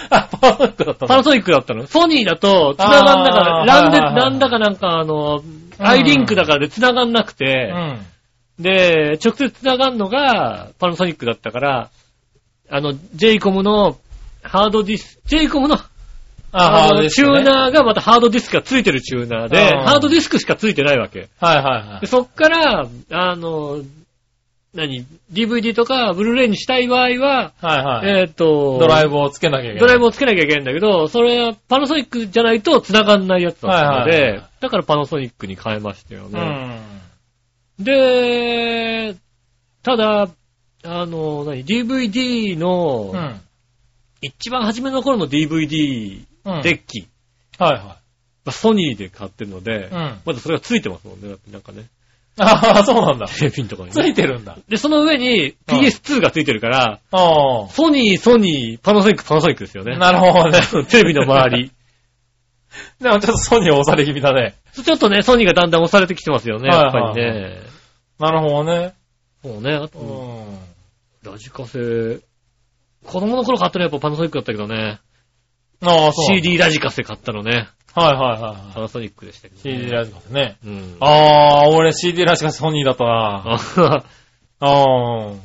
あ、パナソニックだったパんだナソニックだったの。ソニーだと、繋がんなあかーら、なんで、はいはいはいなんだかなんかあの、アイリンクだからで繋がんなくて、うん。で、直接繋がんのがパナソニックだったから、あの、j イコムのハードディス、j イコムのああのハードディスチクねューナーがまたハードディスクがついてるチューナーで、うんハードディスクしかついてないわけ。はいはいはでそっから、あの、何、DVD とかブルーレイにしたい場合は、い。はいはい。えっ、と、ドライブをつけなきゃいけない。ドライブをつけなきゃいけないんだけど、それはパナソニックじゃないと繋がんないやつだったので、はいはいはいだからパナソニックに変えましたようね。ん。で、ただ、あの、何、DVD の、うん。一番初めの頃の DVD うん。デッキ、はいはソニーで買ってるので、い。うん。まだそれがついてますもんね、だってなんかね、ああ、そうなんだ。テレビのとこに、つね。いてるんだ。で、その上に PS2 がついてるから、ああ。ソニー、ソニー、パナソニック、パナソニックですよね。なるほどね。 テレビの周り。でもちょっとソニー押され気味だね。ちょっとね、ソニーがだんだん押されてきてますよね、やっぱりはいはね。なるほどね。そうね、あと、うん。ラジカセ、子供の頃買ったのはやっぱパナソニックだったけどね。ああ、そう。。 CD ラジカセ買ったのね。はいはいはいはパナソニックでしたけい。ど、ね。 CD ラジカセね。うん。ああ、俺 CD ラジカセソニーだったな。 あ、あー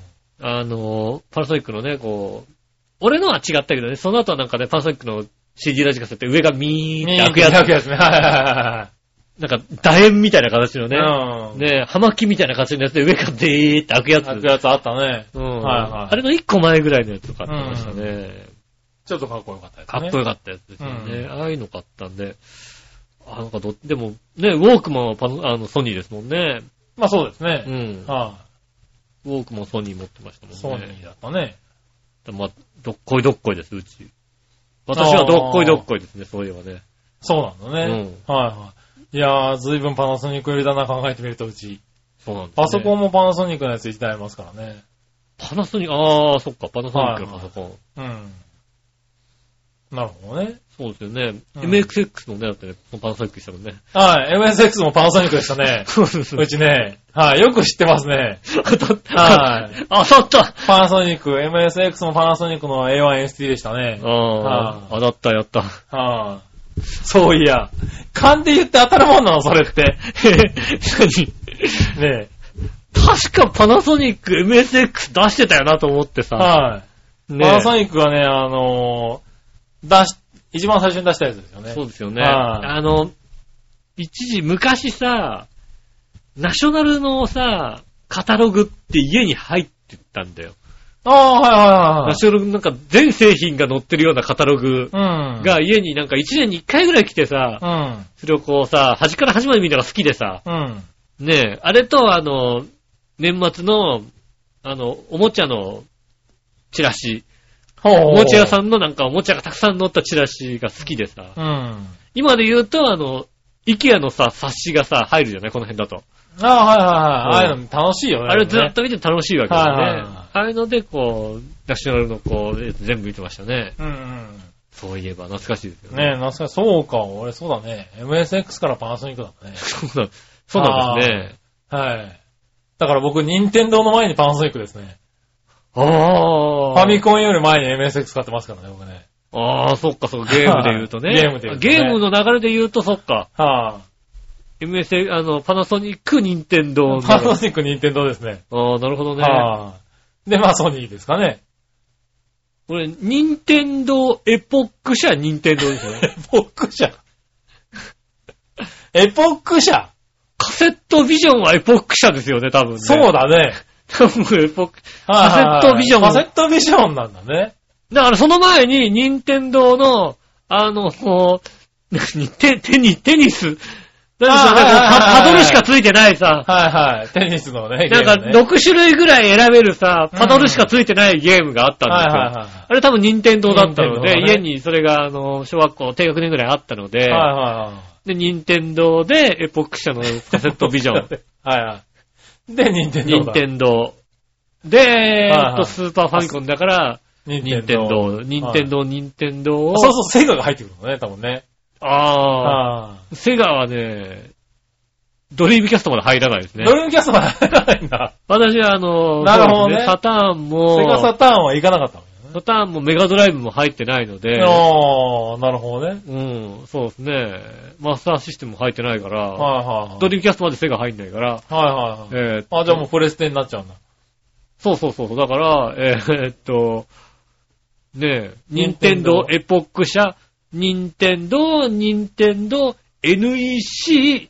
あの、パナソニックのね、こう、俺のは違ったけどね、その後はなんかね、パナソニックの CD ラジカセって上がミーって開開くくややつ。つ。開くやつね。はい はなんか、楕円みたいな形のいね。はい。うん。ね葉巻みたいな形のやつで上からデーって開くやつ。開くやつあったね。うん。はいはいあれの一個前ぐらいのやつを買ってましたね。ちょっとかっこよかったやつかね。っこよかったやつですよね。うんああいうの買ったんで。あ、なんかど、でも、ね、ウォークマンはパソあのソニーですもんね。まあそうですうね。ん。はウォークマンソニー持ってましたもんい。ね。ソニーだったね。まあ、どっこいどっこいです、うち。私はどっこいどっこいですね、そういえばね。そうなんだね。はいはい。いやー、ずいぶんパナソニック寄りだな考えてみるとうち。そうなんです、ね。パソコンもパナソニックのやつ一台ありますからね。パナソニック、ああ、そっか、パナソニックのパソコン。うん。なるほどね。そうですよね。うん MXX のね、だってね、パナソニックでしたもんね。。はい。MSX もパナソニックでしたね そうそうそううちね。はい。よく知ってますね。当たった。はい。当たったパナソニック、MSX もパナソニックの A1ST でしたね。ああ、当たった、やった。はあ、そういや。勘で言って当たるもんなの、それって。へへ何ね確かパナソニック MSX 出してたよなと思ってえ。さ。はい。ねパナソニックがね、あのー出し、一番最初に出したやつですよね。そうですよね。はいあの、一時昔さ、ナショナルのさ、カタログって家に入ってったんだよ。ああ、はいはいはいナショナルなんか全製品が載ってるようなカタログはい。うん。が家になんか1年に1回ぐらい来てさ、それをこうさ、端から端まで見るのが好きでさ、うん。うん。ねえ、あれとあの、年末の、あの、おもちゃのチラシ、ほうほうおもちゃ屋さんのなんかおもちゃがたくさん載ったチラシが好きでさ、うん。今で言うとあの、イケアのさ、冊子がさ、入るじゃないこの辺だと。ああ、はいはいはい。ああいうの楽しいよね。あれずっと。と見て楽しいわけだよね。はいはいはいああいうので、こう、ナショナルのこう、全部見てましたね。うんうん。そういえば懐かしいですよねえ、ね。。懐かしい。そうか、俺そうだね。MSX からパナソニックだったねそうなんそうなんですね。はい。だから僕、任天堂の前にパナソニックですね。ああファミコンより前に MSX 買ってますからね、僕ね。ああ、そっか、そっか、ゲームで言うとね。ゲームで言うとねゲームの流れで言うと、そっか。は MS、あの、パナソニック、ニンテンドーぁ。の。パナソニック、任天堂ですね。ああ、なるほどね。はぁ。で、まあ、ソニーですかね。これ、ニンテンドーエポック社、ニンテンドーですよね。 エポック社。 エポック社カセットビジョンはエポック社ですよね、多分ね。そう。だね。多分エポック。はいはいはカいセットビジョンカセットビジョンなんだね。だからその前に、ニンテンドーの、あの、 こう、何テ、テニ、テニス。なんでしょうねあーはいはいはいはいパパドルしかついてないさ。はいはい。テニスのね、ゲなーんかムね6種類ぐらい選べるさ、パドルしかついてないゲームがあったんはでいすよ。はいはい。あれ多分任天堂だったので、任天堂だね家にそれが、あの、小学校低学年ぐらいあったので、はいはいはい。で、任天堂でエポック社のカセットビジョン、。 はいはい。で、任天堂任だ。天堂。で、えはいっと、スーパーファミコンだから、任天堂、任天堂、任天堂をあ、そうそう、セガが入ってくるのね、多分ね。ああ、ああ。セガはね、ドリームキャストまで入らないですねド。リームキャストは入らないんだ。私はあの、なるほそうどねですサターンも、セガサターンはいかなかったのサターンもメガドライブも入ってないので、ああ、なるほどね。うん、そうですね。マスターシステムも入ってないから、はいはいはい。ドリームキャストまで背が入んないから、はいはいはい。えーっとあ、じゃあもうプレステになっちゃうんだ。そうそうそうそう、だから、えーっと、ねえ、ニン任天テン堂ドエポック社、ニンテンドニンテンド NEC、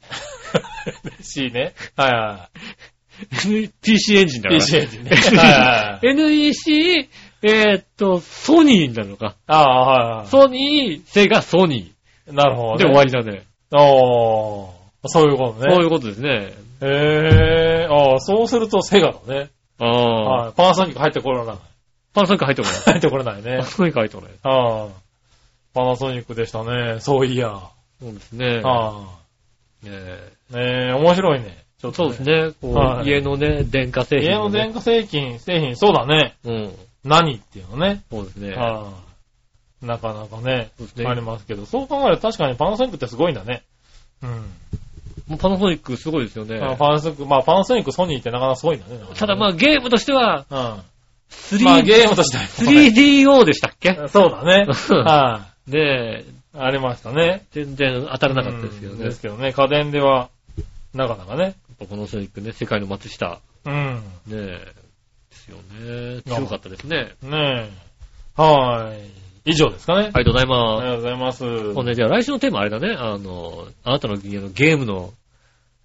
C ね。はいは PC エンジンだから。い。PC エンジンね。はいはい。 NEC、えーっと、ソニーになるのか。ああ、はいはソニー、セガ、ソニい。なるほー。どね。で終わりだね。おーそういうことそういね。うことですね。へえ、ああ、そうするとセガだね。ああ。はい。パナソニック入ってこらない。パナソニック入ってこない。入ってこれないパ ねナ。ソニック入ってこない。ああ。パナソニックでしたね。そういや。あそうですね。あ。えねえ、面白いね。ーそうですね。こうはい家のね、電化製品、ね。家の電化製品、製品、そうだね。うん。何っていうのね。そうですね。ああなかなかねそうです、ねありますけど、そう考えると確かにパナソニックってすごいんだね。うん。もうパナソニックすごいですよね。あパナソニック、まあパナソニック、ソニーってなかなかすごいんだね。ただまあ、あゲームとしては、うん。 3、まあゲームとしては 3DO でしたっけそうだね。うん は い。ねえ、ありましたね。全然当たらなかったですけどうんね。やでっすけどね、家電では、なかなかね。ぱパナソニックね、世界の松下。うん。ねえ、ですよね。強かったですね。ねえ。はーい。以上ですかね。ありがとうございあります。がとうございます。ほんで、じゃあ来週のテーマあれだね。あの、あなたの家のゲームの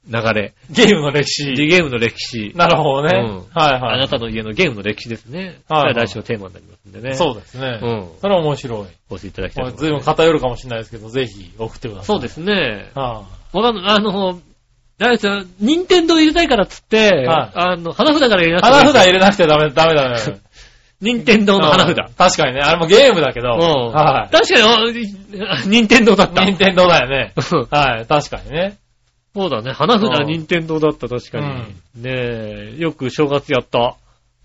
流れ。ゲームの歴で史。ゲームの歴史。なるほどね。うんはいはい。あなたの家のゲームの歴史ですね。はいはいそれが来週のテーマになりますんでね。そうですね。うんそれは面白い。お越しいただきたいこと思れ随い分ます。偏るかもしれないですけど、ぜひ送ってください。そうですね。はわかんない。あの、誰ですよ、任天堂入れたいからっつって、はいあの、花札から入れい。なくてもいい花札入れなくてダメ、ダメだね。任天堂の花札。うん確かにね。あれもゲームだけど。うん。はい。確かにあ、任天堂だった。任天堂だよね。そうはい。確かにね。だね。花う札ん任天堂だった、確かに。ねえ、よく正月やった。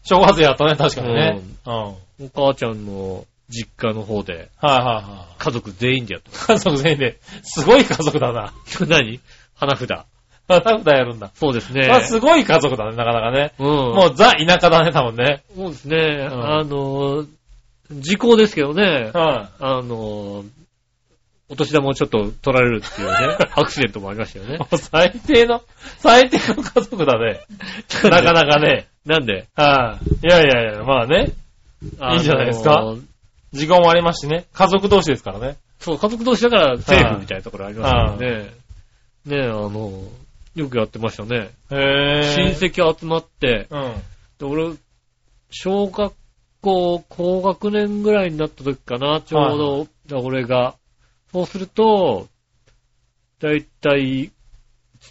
正月やったね、確かにね。うん。はいお母ちゃんの実家の方で、はいはい。家族全員でやった。家族全員で、すごい家族だな。 何花札。花札やるんだ。そうですねま。あすごい家族だね、なかなかね。うん。もうザ田舎だね、多分ね。そうですね。あの、時効ですけどね。はあの、お年玉をちょっと取られるって いうね、アクシデントもありましたよい。ねも。う最低の、最低の家族だね。なかなかね。なんで、はい。いやいやいや、まあね。いいんじゃないですかあの時間もありますしね。家族同士ですからね。そう、家族同士だからセーフみたいなところありますよね。ねえ、あの、よくやってましたね。へ親親戚。戚集まって、うん。で俺、小学校高学年ぐらいになった時かな、ちょうど、だ俺が。そうすると、だいたい、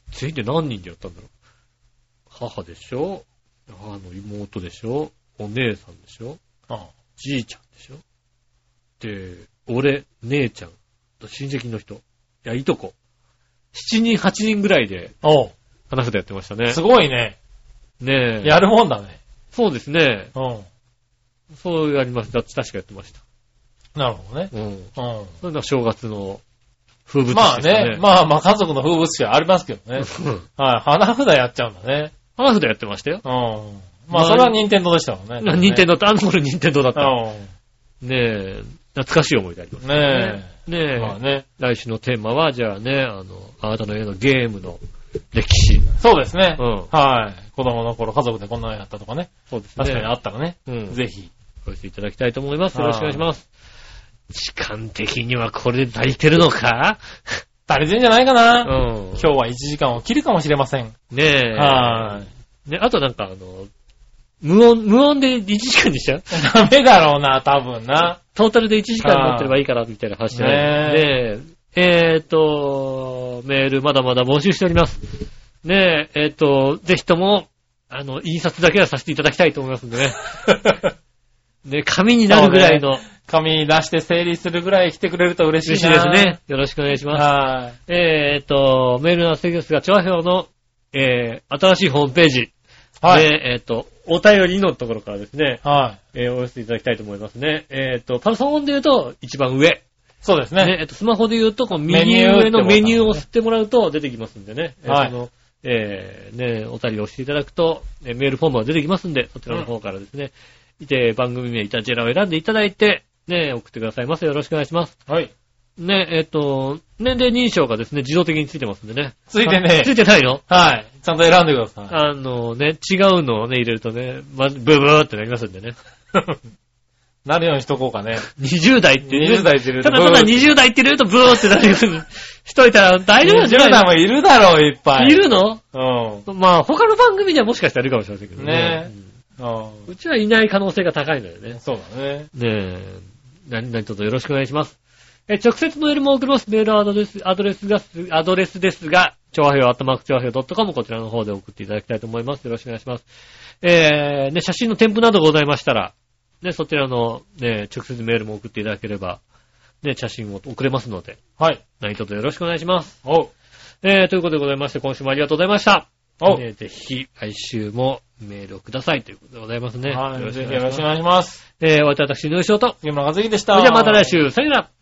全員で何人でやったんだろう。母でしょ母の妹でしょお姉さんでしょあじいちゃんでしょで、俺、姉ちゃん、と親戚の人、いや、いとこ。7人、8人ぐらいで、おう花札やってましたねす。ごいね。ねえ。やるもんだね。そうですね。うん。そうやります。だって確かやってました。なるほどね。うん。うん。そういうのは正月の風物詩まあでしたね、まあまあ家族の風物詩はありますけどね。うんはい、花札やっちゃうんだね。花札やってましたよ。うん。まあそれは任天堂でしたもんね。任天堂堂って、あの頃任天堂だった。うねえ、懐かしい思い出ありますん。ねねえ。え、まあね。来週のテーマは、じゃあね、あの、あなたの家のゲームの歴史。そうですねう。ん。はい。子供の頃家族でこんなのやったとかね。そうですね。確かにあったらね。うん。ぜぜひ。ひ、お寄せいただきたいと思います。はよいろしくお願いします。時間的にはこれで足りてるのか足りてんじゃないかうな。ん。今日は1時間を切るかもしれません。ねえ。はい。ね、あとなんかあの、無音、無音で1時間にしちゃうダメだろうな、多分な。 トータルで1時間になってればいいかな、みたいな話なんで、えーと、メールまだまだ募集しております。ねえ、えーと、ぜひとも、あの、印刷だけはさせていただきたいと思いますんでね。ね、紙になるぐらいの、紙出して整理するぐらい来てくれると嬉嬉ししいいな。ですね。。よろしくお願いします。はい。えーと、メールの制御ですが、調和表の、えー、新しいホームページ、はい。で、えーと、お便りのところからですね、はい。えーお寄せいただきたいと思いますね。えっ、と、パソコンで言うと一番上。そうですねね。えっと、スマホで言うと、このメニ右ュー上のメニューをってボタンね押してもらうと出てきますんでね。えーはいそのえーねお便りを押していただくと、えーメールフォームが出てきますんで、そちらの方からですね、いて、番組名、イタジェラを選んでいただいて、ね送ってくださいませ。よろしくお願いします。はい。ねえっ、と、年齢認証がですね、自動的についてますんでね。ついてあねついてないのはい。ちゃんと選んでください。あのね、違うのをね、入れるとね、ま、ブーブーってなりますんで ね。なるようにしとこうかね。 20代ってね20代って入れるとただただ20代って入れるとブーってなるようにしといたら大丈夫なんじゃ20な代いもいるだろう、いっぱい。いるのうん。まあ、他の番組ではもしかしたらいるかもしれませんけどね。ねうんううちはいない可能性が高いのよねん。。そうだね。ねえ、何々とぞよろしくお願いします。え、直接メールも送ります。メールアドレス、アドレスが、アドレスですが、調和表、アットマーク調和表 .com こちらの方で送っていただきたいと思います。よろしくお願いします。えー、ね、写真の添付などございましたら、ね、そちらの、ね、直接メールも送っていただければ、ね、写真を送れますので、はい。何卒よろしくお願いします。おう。えー、ということでございまして、今週もありがとうございました。おう。ねぜひ、来週もメールをくださいということでございますね。はい。ぜひよお願ろいしします。くお願いします。えー、私、井上翔と。杉村和樹でしそた。れではまた来。週、さよなら。